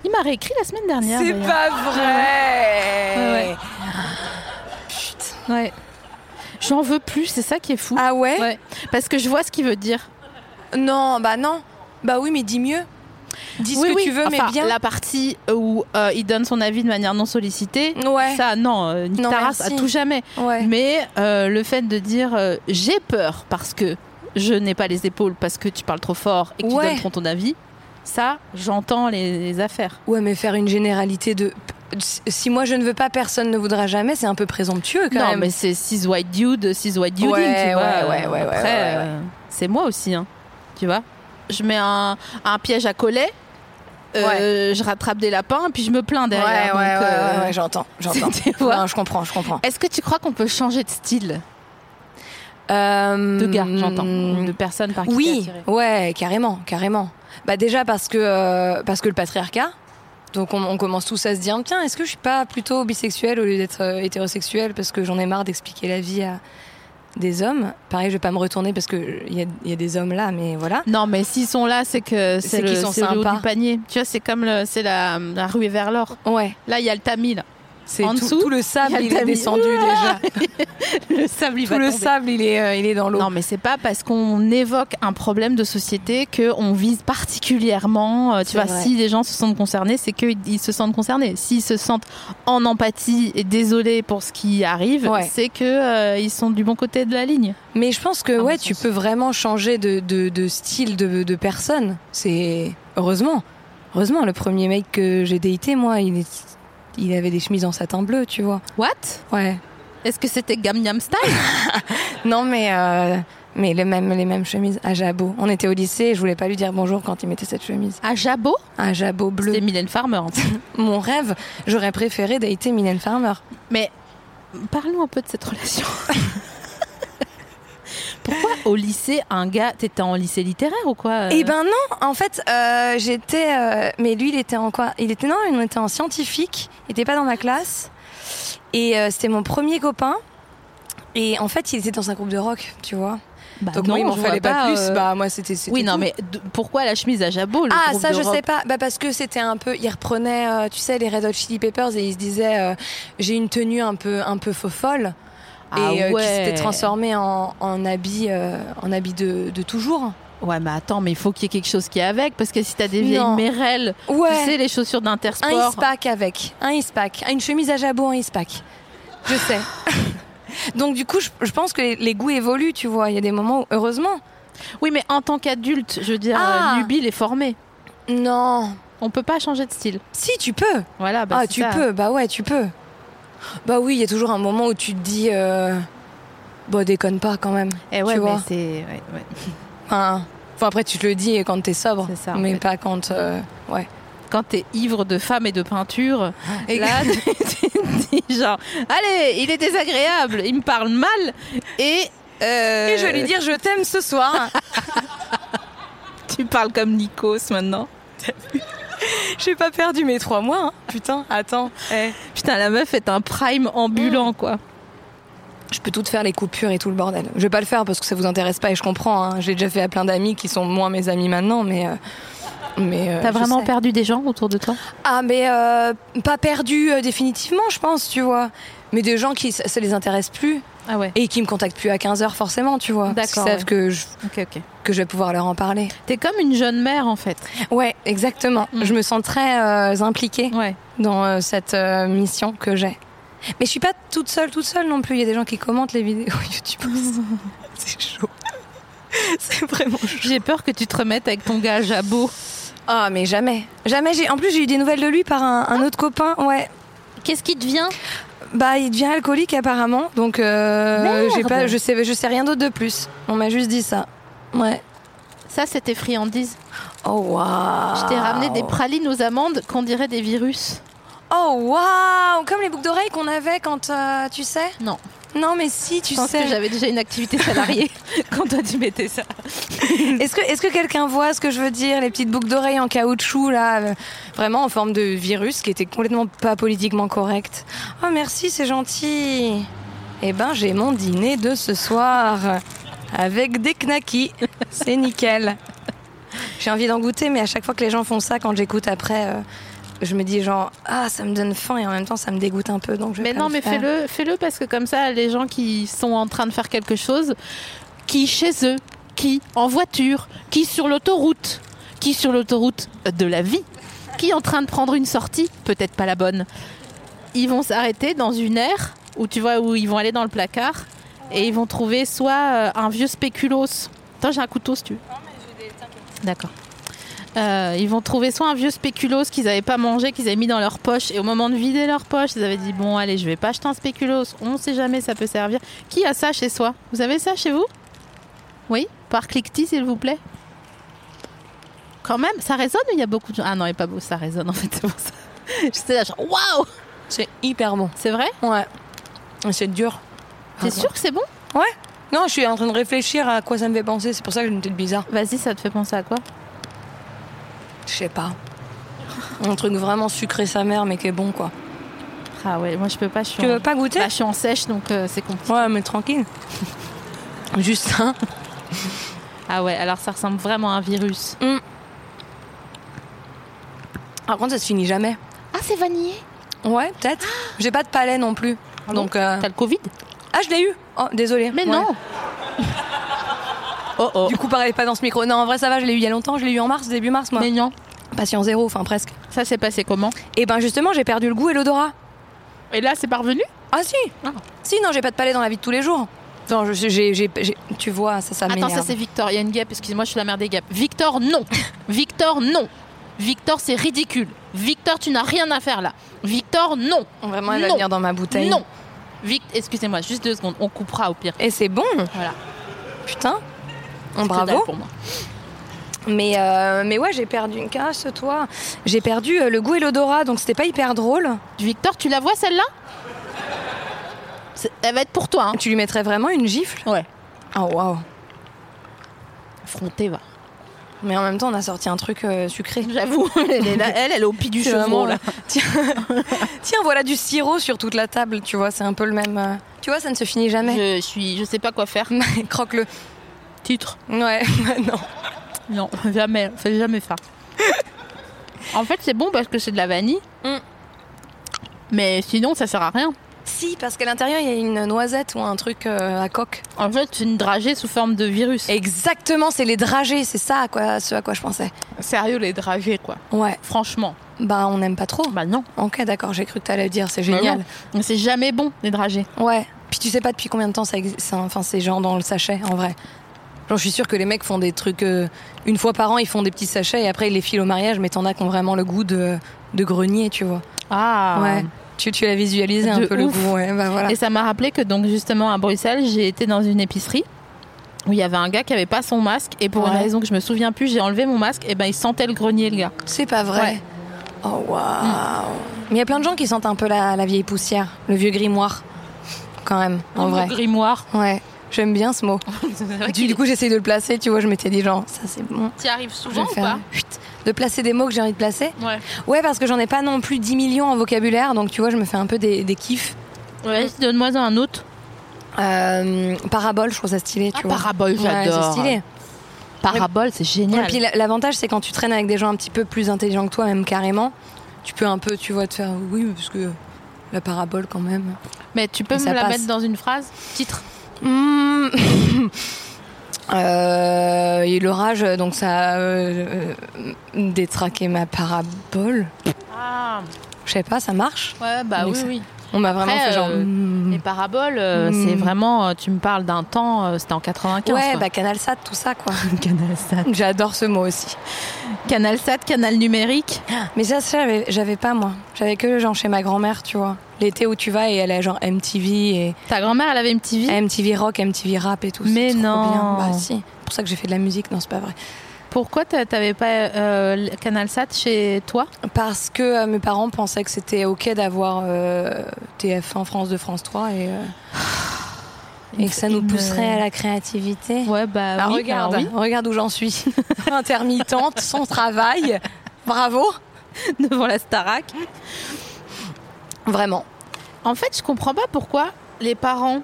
Speaker 2: Il m'a réécrit la semaine dernière.
Speaker 6: C'est
Speaker 2: d'ailleurs.
Speaker 6: pas vrai.
Speaker 2: Ouais, ouais. Ouais. J'en veux plus, c'est ça qui est fou.
Speaker 3: Ah ouais,
Speaker 2: Ouais, parce que je vois ce qu'il veut dire.
Speaker 3: Non, bah non. Bah oui, mais dis mieux. Dis ce
Speaker 2: Oui,
Speaker 3: que
Speaker 2: oui.
Speaker 3: tu veux,
Speaker 2: Enfin,
Speaker 3: mais bien.
Speaker 2: La partie où euh, il donne son avis de manière non sollicitée,
Speaker 3: Ouais,
Speaker 2: ça, non, euh, nique
Speaker 3: Non,
Speaker 2: ta race, à
Speaker 3: merci.
Speaker 2: tout jamais.
Speaker 3: ouais.
Speaker 2: Mais euh, le fait de dire euh, j'ai peur parce que je n'ai pas les épaules, parce que tu parles trop fort et que
Speaker 3: Ouais.
Speaker 2: tu donnes trop ton avis, ça, j'entends les, les affaires.
Speaker 3: Ouais, mais faire une généralité de. Si moi je ne veux pas, personne ne voudra jamais, c'est un peu présomptueux quand
Speaker 2: non,
Speaker 3: même.
Speaker 2: mais c'est six white dude, six white dude,
Speaker 3: Ouais,
Speaker 2: tu vois.
Speaker 3: ouais, ouais, ouais, ouais,
Speaker 2: Après,
Speaker 3: ouais, ouais.
Speaker 2: euh, c'est moi aussi, hein, tu vois. Je mets un, un piège à collet. euh, Je rattrape des lapins puis je me plains
Speaker 3: Ouais, ouais,
Speaker 2: derrière. donc,
Speaker 3: ouais,
Speaker 2: euh,
Speaker 3: ouais, ouais, j'entends, j'entends.
Speaker 2: tu vois.
Speaker 3: Non, je comprends, je comprends.
Speaker 2: Est-ce que tu crois qu'on peut changer de style
Speaker 3: Euh,
Speaker 2: de gars, j'entends, ou de personne par qui
Speaker 3: Hum,
Speaker 2: t'es
Speaker 3: Oui,
Speaker 2: attiré
Speaker 3: ouais, carrément, carrément. Bah déjà parce que euh, parce que le patriarcat. Donc on, on commence tous à se dire tiens est-ce que je suis pas plutôt bisexuelle au lieu d'être euh, hétérosexuelle parce que j'en ai marre d'expliquer la vie à des hommes. Pareil je vais pas me retourner parce que euh, il y a, il y a des hommes là mais voilà.
Speaker 2: Non, mais s'ils sont là, c'est que
Speaker 3: C'est
Speaker 2: c'est le,
Speaker 3: qu'ils sont
Speaker 2: c'est le haut
Speaker 3: sympas.
Speaker 2: du panier. Tu vois, c'est comme le, c'est la, la ruée vers l'or.
Speaker 3: Ouais.
Speaker 2: Là, il y a le tamis, là.
Speaker 3: C'est
Speaker 2: En
Speaker 3: tout,
Speaker 2: dessous,
Speaker 3: tout le
Speaker 2: il y
Speaker 3: sable
Speaker 2: a le
Speaker 3: il est
Speaker 2: tamis.
Speaker 3: descendu déjà.
Speaker 2: Le sable, il
Speaker 3: Tout
Speaker 2: va
Speaker 3: le
Speaker 2: tomber.
Speaker 3: sable il est euh, il est dans l'eau.
Speaker 2: Non, mais c'est pas parce qu'on évoque un problème de société que on vise particulièrement. euh, Tu
Speaker 3: C'est
Speaker 2: vois,
Speaker 3: vrai.
Speaker 2: si les gens se sentent concernés, c'est qu'ils ils se sentent concernés. S'ils se sentent en empathie et désolés pour ce qui arrive,
Speaker 3: Ouais.
Speaker 2: c'est que euh, ils sont du bon côté de la ligne.
Speaker 3: Mais je pense que
Speaker 2: mon
Speaker 3: ouais
Speaker 2: sens.
Speaker 3: tu peux vraiment changer de, de, de style de, de personne. C'est heureusement. Heureusement, le premier mec que j'ai déité, moi, il, est- il avait des chemises en satin bleu, tu vois.
Speaker 2: What
Speaker 3: Ouais.
Speaker 2: Est-ce que c'était Gamyam Style
Speaker 3: Non, mais, euh, mais les, mêmes, les mêmes chemises à jabot. On était au lycée et je voulais pas lui dire bonjour quand il mettait cette chemise.
Speaker 2: À Jabot
Speaker 3: Un jabot bleu.
Speaker 2: C'était Mylène Farmer. en fait.
Speaker 3: Mon rêve, j'aurais préféré dater Mylène Farmer.
Speaker 2: Mais parlons un peu de cette relation. Pourquoi au lycée, un gars, t'étais en lycée littéraire ou quoi euh
Speaker 3: Eh ben non, en fait, euh, j'étais. euh, mais lui, il était en quoi Il était non, il était en scientifique. Il était pas dans ma classe. Et euh, c'était mon premier copain. Et en fait, il était dans un groupe de rock, tu vois.
Speaker 2: Bah
Speaker 3: Ah, Donc
Speaker 2: non,
Speaker 3: moi, il m'en
Speaker 2: je
Speaker 3: fallait
Speaker 2: vois
Speaker 3: pas, plus.
Speaker 2: euh,
Speaker 3: Bah moi, c'était. c'était
Speaker 2: oui, non,
Speaker 3: tout.
Speaker 2: mais d- pourquoi la chemise à jabot le
Speaker 3: Ah
Speaker 2: groupe
Speaker 3: ça
Speaker 2: de
Speaker 3: je
Speaker 2: rock
Speaker 3: sais pas, bah parce que c'était un peu, il reprenait, euh, tu sais, les Red Hot Chili Peppers et il se disait, euh, j'ai une tenue un peu un peu faux folle.
Speaker 2: Ah
Speaker 3: et euh, qui
Speaker 2: ouais.
Speaker 3: s'était transformé en, en habit, euh, en habit de, de toujours.
Speaker 2: Ouais, mais attends, mais il faut qu'il y ait quelque chose qui est avec, parce que si t'as des vieilles
Speaker 3: Non.
Speaker 2: mérelles,
Speaker 3: Ouais.
Speaker 2: tu sais, les chaussures
Speaker 3: un
Speaker 2: d'Intersport.
Speaker 3: ispac avec, un ispac, Ah, une chemise à jabot en ispac. Je sais. Donc du coup, je, je pense que les, les goûts évoluent, tu vois. Il y a des moments où, heureusement,
Speaker 2: Oui, mais en tant qu'adulte, je veux dire,
Speaker 3: Ah.
Speaker 2: euh, Lubile est formé.
Speaker 3: non.
Speaker 2: On peut pas changer de style.
Speaker 3: Si tu peux.
Speaker 2: Voilà, bah,
Speaker 3: ah,
Speaker 2: c'est
Speaker 3: tu
Speaker 2: ça.
Speaker 3: peux. Bah ouais, tu peux. Bah oui, il y a toujours un moment où tu te dis, euh, bah déconne pas quand même.
Speaker 2: Eh ouais,
Speaker 3: tu
Speaker 2: mais
Speaker 3: vois.
Speaker 2: c'est. ouais, ouais.
Speaker 3: Enfin, enfin, après tu te le dis quand t'es sobre,
Speaker 2: C'est ça, en
Speaker 3: mais
Speaker 2: fait.
Speaker 3: pas quand. euh, ouais.
Speaker 2: Quand t'es ivre de femmes et de peinture, et là, tu tu te dis genre, allez, il est désagréable, il me parle mal, et. euh,
Speaker 3: Et je vais lui dire, je t'aime ce soir.
Speaker 2: Tu parles comme Nikos maintenant.
Speaker 3: J'ai pas perdu mes trois mois. hein. Putain, attends. eh.
Speaker 2: Putain, la meuf est un prime ambulant, quoi.
Speaker 3: Je peux tout faire les coupures et tout le bordel. Je vais pas le faire parce que ça vous intéresse pas et je comprends. hein. J'ai déjà fait à plein d'amis qui sont moins mes amis maintenant, mais euh, mais. euh,
Speaker 2: T'as
Speaker 3: je
Speaker 2: vraiment
Speaker 3: sais.
Speaker 2: perdu des gens autour de toi
Speaker 3: Ah mais euh, pas perdu euh, définitivement, je pense, tu vois. Mais des gens qui ça, ça les intéresse plus
Speaker 2: Ah ouais.
Speaker 3: et qui me contactent plus à 15 heures forcément, tu vois. Parce qu'ils
Speaker 2: D'accord,
Speaker 3: savent
Speaker 2: ouais.
Speaker 3: que je,
Speaker 2: Ok, ok.
Speaker 3: que je vais pouvoir leur en parler.
Speaker 2: T'es comme une jeune mère, en fait.
Speaker 3: Ouais, exactement.
Speaker 2: Mm.
Speaker 3: Je me sens très euh, impliquée
Speaker 2: Ouais.
Speaker 3: dans euh, cette euh, mission que j'ai. Mais je suis pas toute seule, toute seule non plus. Il y a des gens qui commentent les vidéos YouTube. C'est chaud. C'est vraiment chaud.
Speaker 2: J'ai peur que tu te remettes avec ton gars à jabot.
Speaker 3: Ah, mais jamais. Jamais. J'ai... En plus, j'ai eu des nouvelles de lui par un,
Speaker 2: Ah.
Speaker 3: un autre copain. Ouais.
Speaker 2: Qu'est-ce qui te vient
Speaker 3: Bah, il devient alcoolique apparemment. Donc, euh, j'ai
Speaker 2: Merde.
Speaker 3: pas, je, sais, je sais rien d'autre de plus. On m'a juste dit ça. Ouais.
Speaker 2: Ça, c'était friandise.
Speaker 3: Oh, waouh.
Speaker 2: Je t'ai ramené des pralines aux amandes qu'on dirait des virus.
Speaker 3: Oh, waouh. Comme les boucles d'oreilles qu'on avait quand euh, tu sais.
Speaker 2: Non.
Speaker 3: Non, mais si, tu
Speaker 2: Je pense
Speaker 3: sais.
Speaker 2: que j'avais déjà une activité salariée quand toi tu mettais ça.
Speaker 3: Est-ce que, est-ce que quelqu'un voit ce que je veux dire Les petites boucles d'oreilles en caoutchouc, là, euh, vraiment en forme de virus qui était complètement pas politiquement correct. Oh, merci, c'est gentil. Eh ben, j'ai mon dîner de ce soir avec des knackis. C'est nickel. J'ai envie d'en goûter, mais à chaque fois que les gens font ça, quand j'écoute après, euh, je me dis genre, ah, ça me donne faim et en même temps, ça me dégoûte un peu. Donc je vais
Speaker 2: Mais
Speaker 3: pas
Speaker 2: non,
Speaker 3: le
Speaker 2: mais
Speaker 3: faire.
Speaker 2: fais-le, fais-le parce que comme ça, les gens qui sont en train de faire quelque chose, qui chez eux, qui en voiture, qui sur l'autoroute, qui sur l'autoroute de la vie, qui en train de prendre une sortie, peut-être pas la bonne, ils vont s'arrêter dans une aire où tu vois où ils vont aller dans le placard et ils vont trouver soit euh, un vieux spéculoos. Attends, j'ai un couteau si tu veux. D'accord. Euh, ils vont trouver soit un vieux spéculoos qu'ils n'avaient pas mangé, qu'ils avaient mis dans leur poche, et au moment de vider leur poche, ils avaient dit Bon, allez, je vais pas acheter un spéculoos, on sait jamais, ça peut servir. Qui a ça chez soi Vous avez ça chez vous Oui Par cliquetis, s'il vous plaît Quand même, ça résonne ou il y a beaucoup de gens Ah non, il est pas beau, ça résonne en fait, c'est pour ça. J'étais là, genre Waouh
Speaker 3: C'est hyper bon.
Speaker 2: C'est vrai
Speaker 3: Ouais. C'est dur.
Speaker 2: T'es
Speaker 3: Ah,
Speaker 2: sûr que c'est Ah bon
Speaker 3: Ouais. Non, je suis en train de réfléchir à quoi ça me fait penser. C'est pour ça que j'ai une tête bizarre.
Speaker 2: Vas-y, ça te fait penser à quoi
Speaker 3: Je sais pas. Un truc vraiment sucré sa mère, mais qui est bon, quoi.
Speaker 2: Ah ouais, moi je peux pas, je suis,
Speaker 3: Tu
Speaker 2: en...
Speaker 3: veux pas goûter
Speaker 2: Bah, je suis en sèche donc euh, c'est compliqué.
Speaker 3: Ouais, mais tranquille. Juste un.
Speaker 2: Ah ouais, alors ça ressemble vraiment à un virus.
Speaker 3: Par contre, ça se finit jamais.
Speaker 4: Ah, c'est vanillé
Speaker 3: Ouais, peut-être. J'ai pas de palais non plus. Donc, euh,
Speaker 2: Ah T'as le Covid
Speaker 3: ah, je l'ai eu. Oh, désolé.
Speaker 2: Mais non Oh oh
Speaker 3: Du coup, pareil, pas dans ce micro. Non, en vrai, ça va. Je l'ai eu il y a longtemps. Je l'ai eu en mars, début mars, moi.
Speaker 2: Mais non
Speaker 3: Patient zéro, enfin presque.
Speaker 2: Ça s'est passé comment
Speaker 3: Et ben, justement, j'ai perdu le goût et l'odorat.
Speaker 2: Et là, c'est parvenu
Speaker 3: Ah si.
Speaker 2: Ah.
Speaker 3: Si, non, j'ai pas de palais dans la vie de tous les jours. Non, je, j'ai, j'ai- j'ai- tu vois, ça, ça
Speaker 2: Attends,
Speaker 3: m'énerve.
Speaker 2: ça c'est Victor. Il y a une guêpe. Excuse-moi, je suis la mère des guêpes. Victor, non. Victor, non. Victor, c'est ridicule. Victor, tu n'as rien à faire là. Victor, non.
Speaker 3: Vraiment, elle va
Speaker 2: Non.
Speaker 3: venir dans ma bouteille.
Speaker 2: Non. Vic... Excusez-moi, juste deux secondes. On coupera au pire.
Speaker 3: Et c'est bon.
Speaker 2: Voilà.
Speaker 3: Putain.
Speaker 2: C'est que dalle
Speaker 3: Bravo.
Speaker 2: pour moi.
Speaker 3: Mais, euh, mais ouais, j'ai perdu une casse, toi. J'ai perdu euh, le goût et l'odorat, donc c'était pas hyper drôle.
Speaker 2: Victor, tu la vois celle-là C'est- Elle va être pour toi. Hein.
Speaker 3: Tu lui mettrais vraiment une gifle
Speaker 2: Ouais. Ah,
Speaker 3: Oh waouh.
Speaker 2: Fronté, va.
Speaker 3: Mais en même temps, on a sorti un truc euh, sucré.
Speaker 2: J'avoue, elle est là. Elle, elle est au pied du
Speaker 3: C'est vraiment,
Speaker 2: chevreau là.
Speaker 3: euh, Tiens, tiens, voilà du sirop sur toute la table, tu vois, c'est un peu le même. euh, Tu vois, ça ne se finit jamais.
Speaker 2: Je suis, je sais pas quoi faire.
Speaker 3: Croque-le.
Speaker 2: Titre.
Speaker 3: Ouais, non.
Speaker 2: Non, jamais, fais jamais ça. en fait, c'est bon parce que c'est de la vanille.
Speaker 3: Mm.
Speaker 2: Mais sinon, ça sert à rien.
Speaker 3: Si, parce qu'à l'intérieur, il y a une noisette ou un truc euh, à coque.
Speaker 2: En fait, c'est une dragée sous forme de virus.
Speaker 3: Exactement, c'est les dragées, c'est ça à quoi, ce à quoi je pensais.
Speaker 2: Sérieux, les dragées, quoi.
Speaker 3: Ouais,
Speaker 2: Franchement.
Speaker 3: bah on n'aime pas trop.
Speaker 2: Bah non.
Speaker 3: Ok, d'accord, j'ai cru que t'allais le dire,
Speaker 2: Bah
Speaker 3: c'est génial.
Speaker 2: Mais C'est jamais Ah bon, les dragées.
Speaker 3: Ouais. Puis tu sais pas depuis combien de temps ça existe. ça- Enfin, c'est genre dans le sachet, en vrai. Genre, je suis sûre que les mecs font des trucs. euh, une fois par an, ils font des petits sachets et après, ils les filent au mariage, mais t'en as qui ont vraiment le goût de, de grenier, tu vois.
Speaker 2: Ah.
Speaker 3: Ouais. Tu, tu l'as visualisé un
Speaker 2: De
Speaker 3: peu le
Speaker 2: ouf.
Speaker 3: goût. Ouais, bah voilà.
Speaker 2: Et ça m'a rappelé que donc justement à Bruxelles, j'ai été dans une épicerie où il y avait un gars qui avait pas son masque et pour une
Speaker 3: Ouais.
Speaker 2: raison que je me souviens plus, j'ai enlevé mon masque et ben il sentait le grenier le gars.
Speaker 3: C'est pas vrai.
Speaker 2: Ouais. Mm.
Speaker 3: Oh, waouh. Mais il y a plein de gens qui sentent un peu la, la vieille poussière, le vieux grimoire, quand même, en
Speaker 2: Le
Speaker 3: vrai.
Speaker 2: grimoire.
Speaker 3: Ouais. J'aime bien ce mot.
Speaker 2: C'est vrai
Speaker 3: Du,
Speaker 2: qu'il-
Speaker 3: du coup, j'essaye de le placer, tu vois, je m'étais dit, genre, ça c'est bon.
Speaker 2: T'y arrives
Speaker 3: Je
Speaker 2: souvent
Speaker 3: vais
Speaker 2: ou
Speaker 3: faire-
Speaker 2: pas
Speaker 3: Chut. de placer des mots que j'ai envie de placer.
Speaker 2: Ouais.
Speaker 3: Ouais, parce que j'en ai pas non plus 10 millions en vocabulaire, donc tu vois, je me fais un peu des, des kiffs.
Speaker 2: Ouais, donne-moi un autre.
Speaker 3: Euh, parabole, je trouve ça stylé, tu vois.
Speaker 2: Ah, parabole,
Speaker 3: Ouais, c'est stylé.
Speaker 2: Parabole, c'est
Speaker 3: Et
Speaker 2: génial.
Speaker 3: puis la- l'avantage, c'est quand tu traînes avec des gens un petit peu plus intelligents que toi, même carrément, tu peux un peu, tu vois, te faire oui, parce que la parabole quand même.
Speaker 2: Mais tu peux
Speaker 3: Et
Speaker 2: me
Speaker 3: ça
Speaker 2: la
Speaker 3: passe.
Speaker 2: mettre dans une phrase Titre.
Speaker 3: Hmm. Euh, et l'orage, donc ça a euh, euh, détraqué ma parabole.
Speaker 2: Ah,
Speaker 3: Je sais pas, ça marche.
Speaker 2: ouais, bah
Speaker 3: Donc
Speaker 2: oui,
Speaker 3: ça-
Speaker 2: oui.
Speaker 3: On m'a vraiment
Speaker 2: Après,
Speaker 3: fait genre.
Speaker 2: euh,
Speaker 3: hmm.
Speaker 2: Les paraboles, euh,
Speaker 3: Mm.
Speaker 2: c'est vraiment. euh, Tu me parles d'un temps, euh, c'était en 95.
Speaker 3: Ouais,
Speaker 2: quoi.
Speaker 3: bah Canal Sat, tout ça quoi.
Speaker 2: bah, Canal Sat.
Speaker 3: J'adore ce mot aussi.
Speaker 2: Canal Sat, canal numérique.
Speaker 3: Mais ça, ça, j'avais- j'avais pas moi. J'avais que genre chez ma grand-mère, tu vois. L'été où tu vas et elle a genre MTV
Speaker 2: Ta grand-mère, elle avait une petite
Speaker 3: et
Speaker 2: vie.
Speaker 3: MTV rock, MTV rap et tout.
Speaker 2: Mais
Speaker 3: c'est trop
Speaker 2: non.
Speaker 3: bien. Bah si. C'est pour ça que j'ai fait de la musique, non c'est pas vrai.
Speaker 2: Pourquoi t'a- t'avais pas euh, le Canal Sat chez toi
Speaker 3: Parce que euh, mes parents pensaient que c'était ok d'avoir euh, TF1 France de France 3 et, euh, et que ça nous
Speaker 2: Une- euh,
Speaker 3: pousserait à la créativité.
Speaker 2: Ouais, bah.
Speaker 3: Bah,
Speaker 2: oui,
Speaker 3: regarde,
Speaker 2: alors
Speaker 3: regarde où j'en suis. Intermittente, sans travail. Bravo.
Speaker 2: oui, devant la Starac.
Speaker 3: Vraiment.
Speaker 2: En fait, je comprends pas pourquoi les parents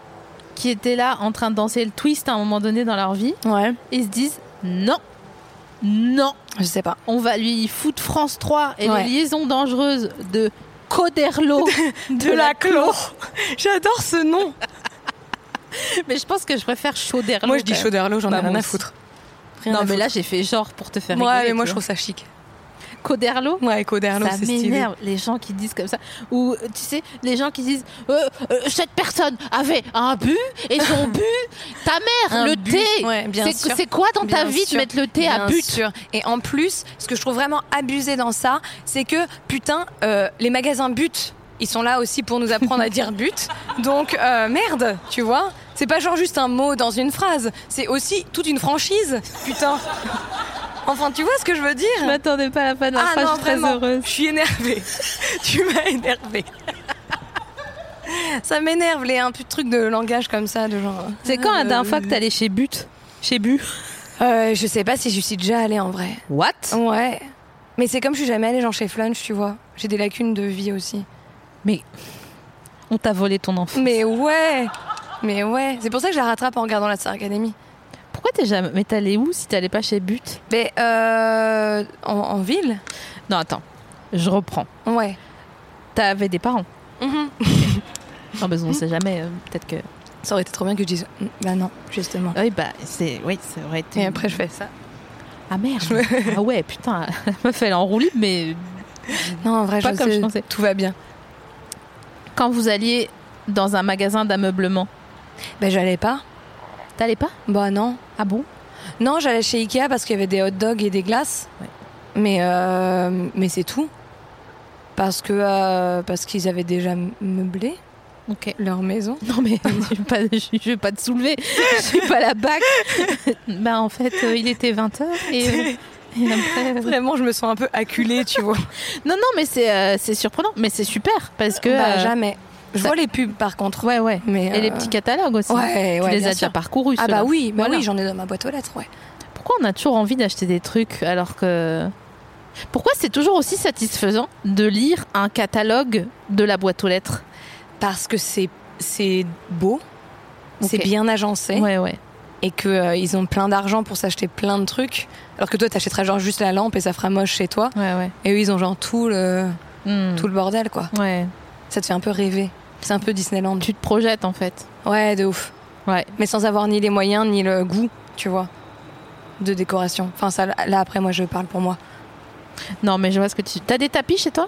Speaker 2: qui étaient là en train de danser le twist à un moment donné dans leur vie,
Speaker 3: Ouais.
Speaker 2: ils se disent non, non,
Speaker 3: Je sais pas.
Speaker 2: on va lui foutre France 3 et
Speaker 3: Ouais.
Speaker 2: les liaisons dangereuses de Coderlo de,
Speaker 3: clo. J'adore ce nom.
Speaker 2: Mais je pense que je préfère Chauderlo.
Speaker 3: Ah, euh, Moi, je
Speaker 2: quand
Speaker 3: dis
Speaker 2: même.
Speaker 3: Chauderlo, j'en ai
Speaker 2: Bah, moi
Speaker 3: rien à
Speaker 2: aussi.
Speaker 3: foutre.
Speaker 2: Non, mais là, j'ai fait genre pour te faire
Speaker 3: moi,
Speaker 2: rigoler,
Speaker 3: mais moi,
Speaker 2: tu
Speaker 3: je
Speaker 2: vois.
Speaker 3: trouve ça chic.
Speaker 2: Coderlo
Speaker 3: Ouais, avec Oderlo,
Speaker 2: ça
Speaker 3: c'est stylé.
Speaker 2: m'énerve les gens qui disent comme ça ou euh, tu sais les gens qui disent euh, euh, cette personne avait un but et son but ta mère
Speaker 3: Un
Speaker 2: le
Speaker 3: but.
Speaker 2: thé
Speaker 3: Ouais, bien
Speaker 2: c'est,
Speaker 3: sûr.
Speaker 2: c'est quoi dans
Speaker 3: Bien
Speaker 2: ta vie
Speaker 3: sûr.
Speaker 2: de mettre le thé à
Speaker 3: Bien
Speaker 2: but
Speaker 3: sûr. Et en plus, ce que je trouve vraiment abusé dans ça, c'est que putain, euh, les magasins but, ils sont là aussi pour nous apprendre à dire but. Donc euh, merde, tu vois. C'est pas genre juste un mot dans une phrase. C'est aussi toute une franchise. Putain. Enfin, tu vois ce que je veux dire
Speaker 2: je m'attendais pas à la fin de la
Speaker 3: Ah
Speaker 2: phrase,
Speaker 3: non,
Speaker 2: je suis très
Speaker 3: vraiment,
Speaker 2: heureuse
Speaker 3: je suis énervée. tu m'as énervée. ça m'énerve les un peu de trucs de langage comme ça, de genre.
Speaker 2: c'est quand la dernière fois que t'allais chez but chez but
Speaker 3: Euh, je sais pas si je suis déjà allée en vrai.
Speaker 2: what
Speaker 3: Ouais. Mais c'est comme je suis jamais allée genre chez Flunch, tu vois. J'ai des lacunes de vie aussi.
Speaker 2: on t'a volé ton enfant
Speaker 3: Mais ouais Mais ouais C'est pour ça que je la rattrape en regardant la Star Academy.
Speaker 2: pourquoi t'es jamais mais t'allais où si t'allais pas chez but
Speaker 3: Mais euh... En, en ville
Speaker 2: non attends je reprends
Speaker 3: Ouais.
Speaker 2: t'avais des parents
Speaker 3: Mhm.
Speaker 2: non mais on sait jamais euh, peut-être que
Speaker 3: Ça aurait été trop bien que je dise Mm, bah non, justement.
Speaker 2: oui bah c'est oui ça aurait été
Speaker 3: Et après je fais ça.
Speaker 2: Ah merde Ah ouais, putain, la meuf elle est en roue libre, mais
Speaker 3: Non, en vrai,
Speaker 2: Pas
Speaker 3: je
Speaker 2: comme
Speaker 3: sais,
Speaker 2: je pensais.
Speaker 3: tout va bien.
Speaker 2: quand vous alliez dans un magasin d'ameublement,
Speaker 3: Ben j'allais pas.
Speaker 2: t'allais pas
Speaker 3: Bah non.
Speaker 2: Ah bon
Speaker 3: Non, j'allais chez Ikea parce qu'il y avait des hot dogs et des glaces.
Speaker 2: Ouais.
Speaker 3: Mais, euh, mais c'est tout. Parce que euh, parce qu'ils avaient déjà meublé
Speaker 2: Ok.
Speaker 3: leur maison.
Speaker 2: Non mais je vais pas, je je vais pas te soulever, je suis pas la bac. bah en fait, euh, il était 20h et, euh, et après... euh,
Speaker 3: Vraiment, je me sens un peu acculée, tu vois.
Speaker 2: Non, non, mais c'est euh, c'est surprenant, mais c'est super parce que...
Speaker 3: bah,
Speaker 2: euh,
Speaker 3: jamais. Je
Speaker 2: ça-
Speaker 3: vois les pubs, par contre.
Speaker 2: Ouais, ouais.
Speaker 3: Mais,
Speaker 2: Et les
Speaker 3: euh,
Speaker 2: petits catalogues aussi.
Speaker 3: Ouais,
Speaker 2: tu
Speaker 3: ouais,
Speaker 2: les
Speaker 3: bien
Speaker 2: as déjà
Speaker 3: sûr.
Speaker 2: parcourus.
Speaker 3: Ah bah
Speaker 2: ceux-là.
Speaker 3: oui, bah
Speaker 2: Voilà.
Speaker 3: oui, j'en ai dans ma boîte aux lettres, ouais.
Speaker 2: Pourquoi on a toujours envie d'acheter des trucs alors que. Pourquoi c'est toujours aussi satisfaisant de lire un catalogue de la boîte aux lettres
Speaker 3: Parce que c'est c'est beau, c'est
Speaker 2: Ok.
Speaker 3: bien agencé
Speaker 2: Ouais, ouais.
Speaker 3: et que euh, ils ont plein d'argent pour s'acheter plein de trucs, alors que toi t'achèterais genre juste la lampe et ça fera moche chez toi.
Speaker 2: Ouais, ouais.
Speaker 3: Et eux ils ont genre tout le
Speaker 2: Hmm.
Speaker 3: tout le bordel quoi.
Speaker 2: Ouais.
Speaker 3: Ça te fait un peu rêver. C'est un peu Disneyland.
Speaker 2: Tu te projettes en fait.
Speaker 3: Ouais, de ouf.
Speaker 2: Ouais.
Speaker 3: Mais sans avoir ni les moyens, ni le goût, tu vois, de décoration. Enfin, ça, là, après, moi, je parle pour moi.
Speaker 2: Non, mais je vois ce que tu. T'as des tapis chez toi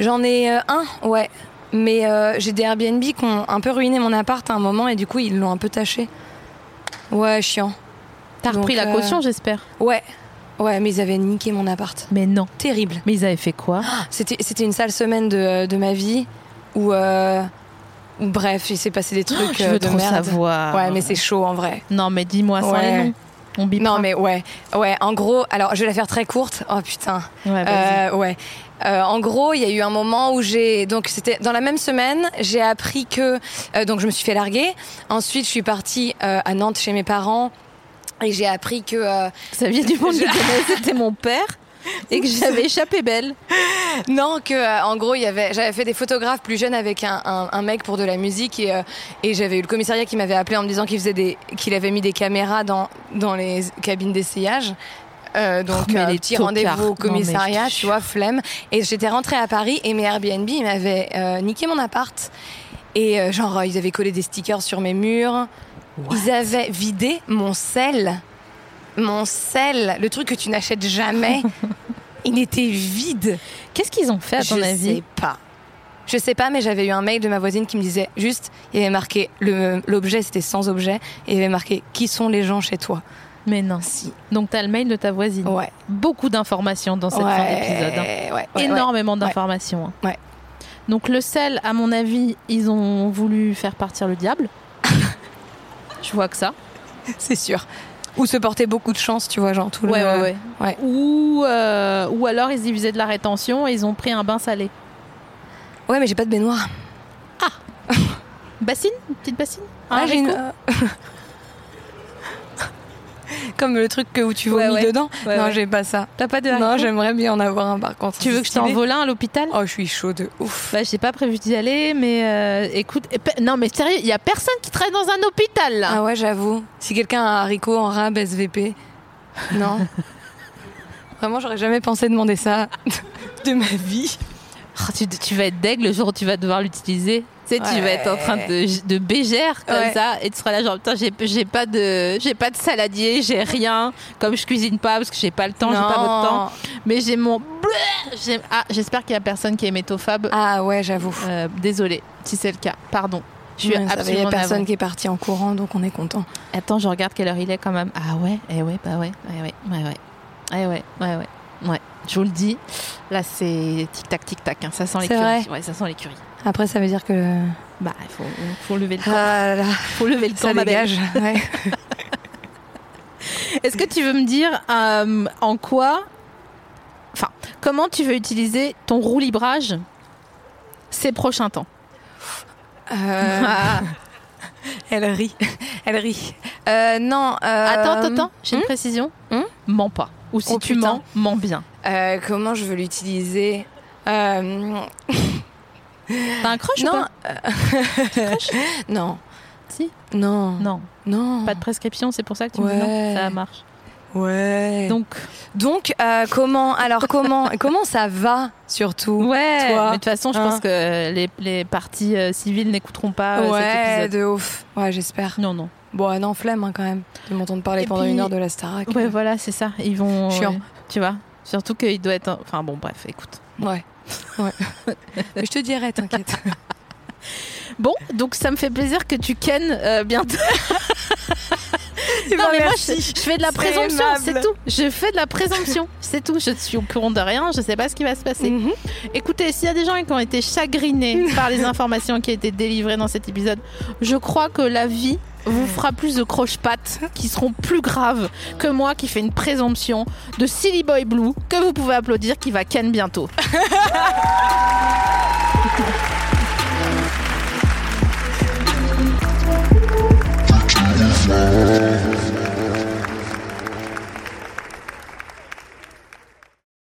Speaker 3: J'en ai euh, un, ouais. Mais euh, j'ai des Airbnb qui ont un peu ruiné mon appart à un moment et du coup, ils l'ont un peu taché. Ouais, chiant.
Speaker 2: T'as
Speaker 3: Donc,
Speaker 2: repris la
Speaker 3: euh,
Speaker 2: caution, j'espère.
Speaker 3: Ouais. Ouais, mais ils avaient niqué mon appart.
Speaker 2: Mais non.
Speaker 3: Terrible.
Speaker 2: Mais ils avaient fait quoi
Speaker 3: C'était c'était une sale semaine de, de ma vie où, euh, où, bref, il s'est passé des trucs
Speaker 2: Oh, Je
Speaker 3: euh,
Speaker 2: veux
Speaker 3: de
Speaker 2: trop
Speaker 3: merde.
Speaker 2: savoir.
Speaker 3: Ouais, mais c'est chaud en vrai.
Speaker 2: Non, mais dis-moi sans
Speaker 3: Ouais.
Speaker 2: les noms. On bip.
Speaker 3: Non, mais ouais, ouais. En gros, alors je vais la faire très courte. Oh putain.
Speaker 2: Ouais, Ah, vas-y.
Speaker 3: Euh, ouais. Euh, en gros, il y a eu un moment où j'ai donc c'était dans la même semaine, j'ai appris que euh, donc je me suis fait larguer. Ensuite, je suis partie euh, à Nantes chez mes parents et j'ai appris que euh,
Speaker 2: Xavier Dupont
Speaker 3: je-
Speaker 2: de c'était mon père et que j'avais échappé belle.
Speaker 3: Non, que euh, en gros, il y avait, j'avais fait des photographes plus jeunes avec un, un- un mec pour de la musique et, euh, et j'avais eu le commissariat qui m'avait appelé en me disant qu'il faisait des, qu'il avait mis des caméras dans dans les cabines d'essayage. Euh, donc
Speaker 2: Oh, mais
Speaker 3: euh,
Speaker 2: les
Speaker 3: petit
Speaker 2: tocards.
Speaker 3: rendez-vous au
Speaker 2: Non, mais je te
Speaker 3: commissariat, tu
Speaker 2: jure.
Speaker 3: vois, flemme. Et j'étais rentrée à Paris et mes Airbnb ils m'avaient euh, niqué mon appart. Et euh, genre euh, ils avaient collé des stickers sur mes murs. Ils avaient vidé mon sel. Mon sel, le truc que tu n'achètes jamais. il était vide.
Speaker 2: Qu'est-ce qu'ils ont fait à ton
Speaker 3: Je
Speaker 2: avis
Speaker 3: sais pas. Je sais pas, mais j'avais eu un mail de ma voisine qui me disait juste, il y avait marqué, le- l'objet c'était sans objet, et il y avait marqué qui sont les gens chez toi.
Speaker 2: Mais non.
Speaker 3: Si.
Speaker 2: Donc t'as le mail de ta voisine.
Speaker 3: Ouais.
Speaker 2: Beaucoup d'informations dans cette
Speaker 3: ouais,
Speaker 2: fin d'épisode. hein.
Speaker 3: ouais, ouais, ouais.
Speaker 2: Énormément d'informations. hein.
Speaker 3: Ouais.
Speaker 2: Donc le sel, à mon avis, ils ont voulu faire partir le diable. Je vois que ça.
Speaker 3: C'est sûr. Ou se porter beaucoup de chance, tu vois, genre tout le. ouais.
Speaker 2: Ou, euh, ou alors ils y faisaient de la rétention et ils ont pris un bain salé.
Speaker 3: Ouais, mais j'ai pas de baignoire.
Speaker 2: Bassine Une Petite bassine
Speaker 3: Ah, j'ai une-
Speaker 2: haricot
Speaker 3: Comme le truc que, où tu vomis
Speaker 2: Ouais, ouais.
Speaker 3: dedans.
Speaker 2: Ouais,
Speaker 3: non,
Speaker 2: ouais.
Speaker 3: j'ai pas ça.
Speaker 2: T'as pas de
Speaker 3: Non,
Speaker 2: haricot
Speaker 3: j'aimerais bien en avoir un par contre.
Speaker 2: Tu veux que je t'envole un à l'hôpital
Speaker 3: Oh, je suis chaud de ouf.
Speaker 2: Bah, j'ai pas prévu d'y aller, mais euh, écoute, et pe- non, mais sérieux, il y a personne qui traîne dans un hôpital là.
Speaker 3: Ah ouais, j'avoue. Si quelqu'un a un haricot en rab SVP, non. Vraiment, j'aurais jamais pensé demander ça de ma vie.
Speaker 2: Oh, tu, tu vas être deg le jour où tu vas devoir l'utiliser. Tu sais, tu
Speaker 3: Ouais.
Speaker 2: vas être en train de, de bégère comme
Speaker 3: Ouais.
Speaker 2: ça, et tu seras là genre putain, j'ai, j'ai pas de, j'ai pas de saladier, j'ai rien. Comme je cuisine pas parce que j'ai pas le temps, j'ai pas
Speaker 3: Non.
Speaker 2: beaucoup de temps, mais j'ai mon. bleu, j'ai- Ah, j'espère qu'il y a personne qui est métophobe.
Speaker 3: Ah ouais, j'avoue.
Speaker 2: Euh, désolée si c'est le cas, pardon. Je suis
Speaker 3: Ouais, ça va, Il y
Speaker 2: absolument
Speaker 3: a personne
Speaker 2: navrée.
Speaker 3: qui est parti en courant, donc on est content.
Speaker 2: Attends, je regarde quelle heure il est quand même. Ah ouais, eh ouais, bah ouais, eh ouais, ouais, ouais, eh ouais, ouais, ouais. Ouais, je vous le dis, là c'est tic-tac, tic-tac, hein, ça sent
Speaker 3: C'est
Speaker 2: l'écurie. Ouais, ça sent l'écurie.
Speaker 3: Après, ça veut dire que le...
Speaker 2: Bah, il faut, faut lever le camp,
Speaker 3: Ah là,
Speaker 2: faut lever le
Speaker 3: ça
Speaker 2: camp, ma belle.
Speaker 3: dégage. Ouais.
Speaker 2: Est-ce que tu veux me dire euh, en quoi, enfin, comment tu veux utiliser ton roue librage ces prochains temps
Speaker 3: Euh,
Speaker 2: Ah,
Speaker 3: elle rit. Elle rit. Euh, non. euh,
Speaker 2: Attends, attends, attends, j'ai une précision.
Speaker 3: Hum
Speaker 2: mens pas. Ou si
Speaker 3: Oh,
Speaker 2: tu
Speaker 3: putain.
Speaker 2: mens, mens bien.
Speaker 3: euh, comment je veux l'utiliser Euh,
Speaker 2: T'as un crush ou
Speaker 3: Non.
Speaker 2: pas
Speaker 3: euh, non.
Speaker 2: Si
Speaker 3: Non.
Speaker 2: Non.
Speaker 3: Non.
Speaker 2: Pas de prescription, c'est pour ça que tu me dis
Speaker 3: Hmm. Ouais.
Speaker 2: non. Ça marche.
Speaker 3: Ouais.
Speaker 2: Donc,
Speaker 3: Donc, euh, comment, alors comment, comment ça va surtout
Speaker 2: ouais.
Speaker 3: toi,
Speaker 2: mais de toute façon, je
Speaker 3: hein.
Speaker 2: pense que les, les parties euh, civiles n'écouteront pas euh, cet
Speaker 3: Ah Ouais,
Speaker 2: épisode.
Speaker 3: de ouf. Ouais, j'espère.
Speaker 2: Non, non.
Speaker 3: Bon, ah non, flemme hein, quand même de m'entendre parler
Speaker 2: Et
Speaker 3: pendant
Speaker 2: puis-
Speaker 3: une heure de la Starac.
Speaker 2: Ouais, voilà, c'est ça. Ils vont.
Speaker 3: Chiant.
Speaker 2: euh, tu vois Surtout qu'il doit être. un- Enfin, bon, bref, écoute.
Speaker 3: Ouais. Ouais. Mais je te dirai, t'inquiète.
Speaker 2: Bon, donc ça me fait plaisir que tu kennes euh, bientôt. Non, mais moi, je, je fais de la
Speaker 3: Eh ben, C'est
Speaker 2: présomption,
Speaker 3: aimable.
Speaker 2: c'est tout. Je fais de la présomption, c'est tout. Je suis au courant de rien, je sais pas ce qui va se passer.
Speaker 3: Mhm.
Speaker 2: Écoutez, s'il y a des gens qui ont été chagrinés par les informations qui ont été délivrées dans cet épisode, je crois que la vie vous fera plus de croche-pattes qui seront plus graves que moi qui fais une présomption de Silly Boy Blue que vous pouvez applaudir qui va ken bientôt.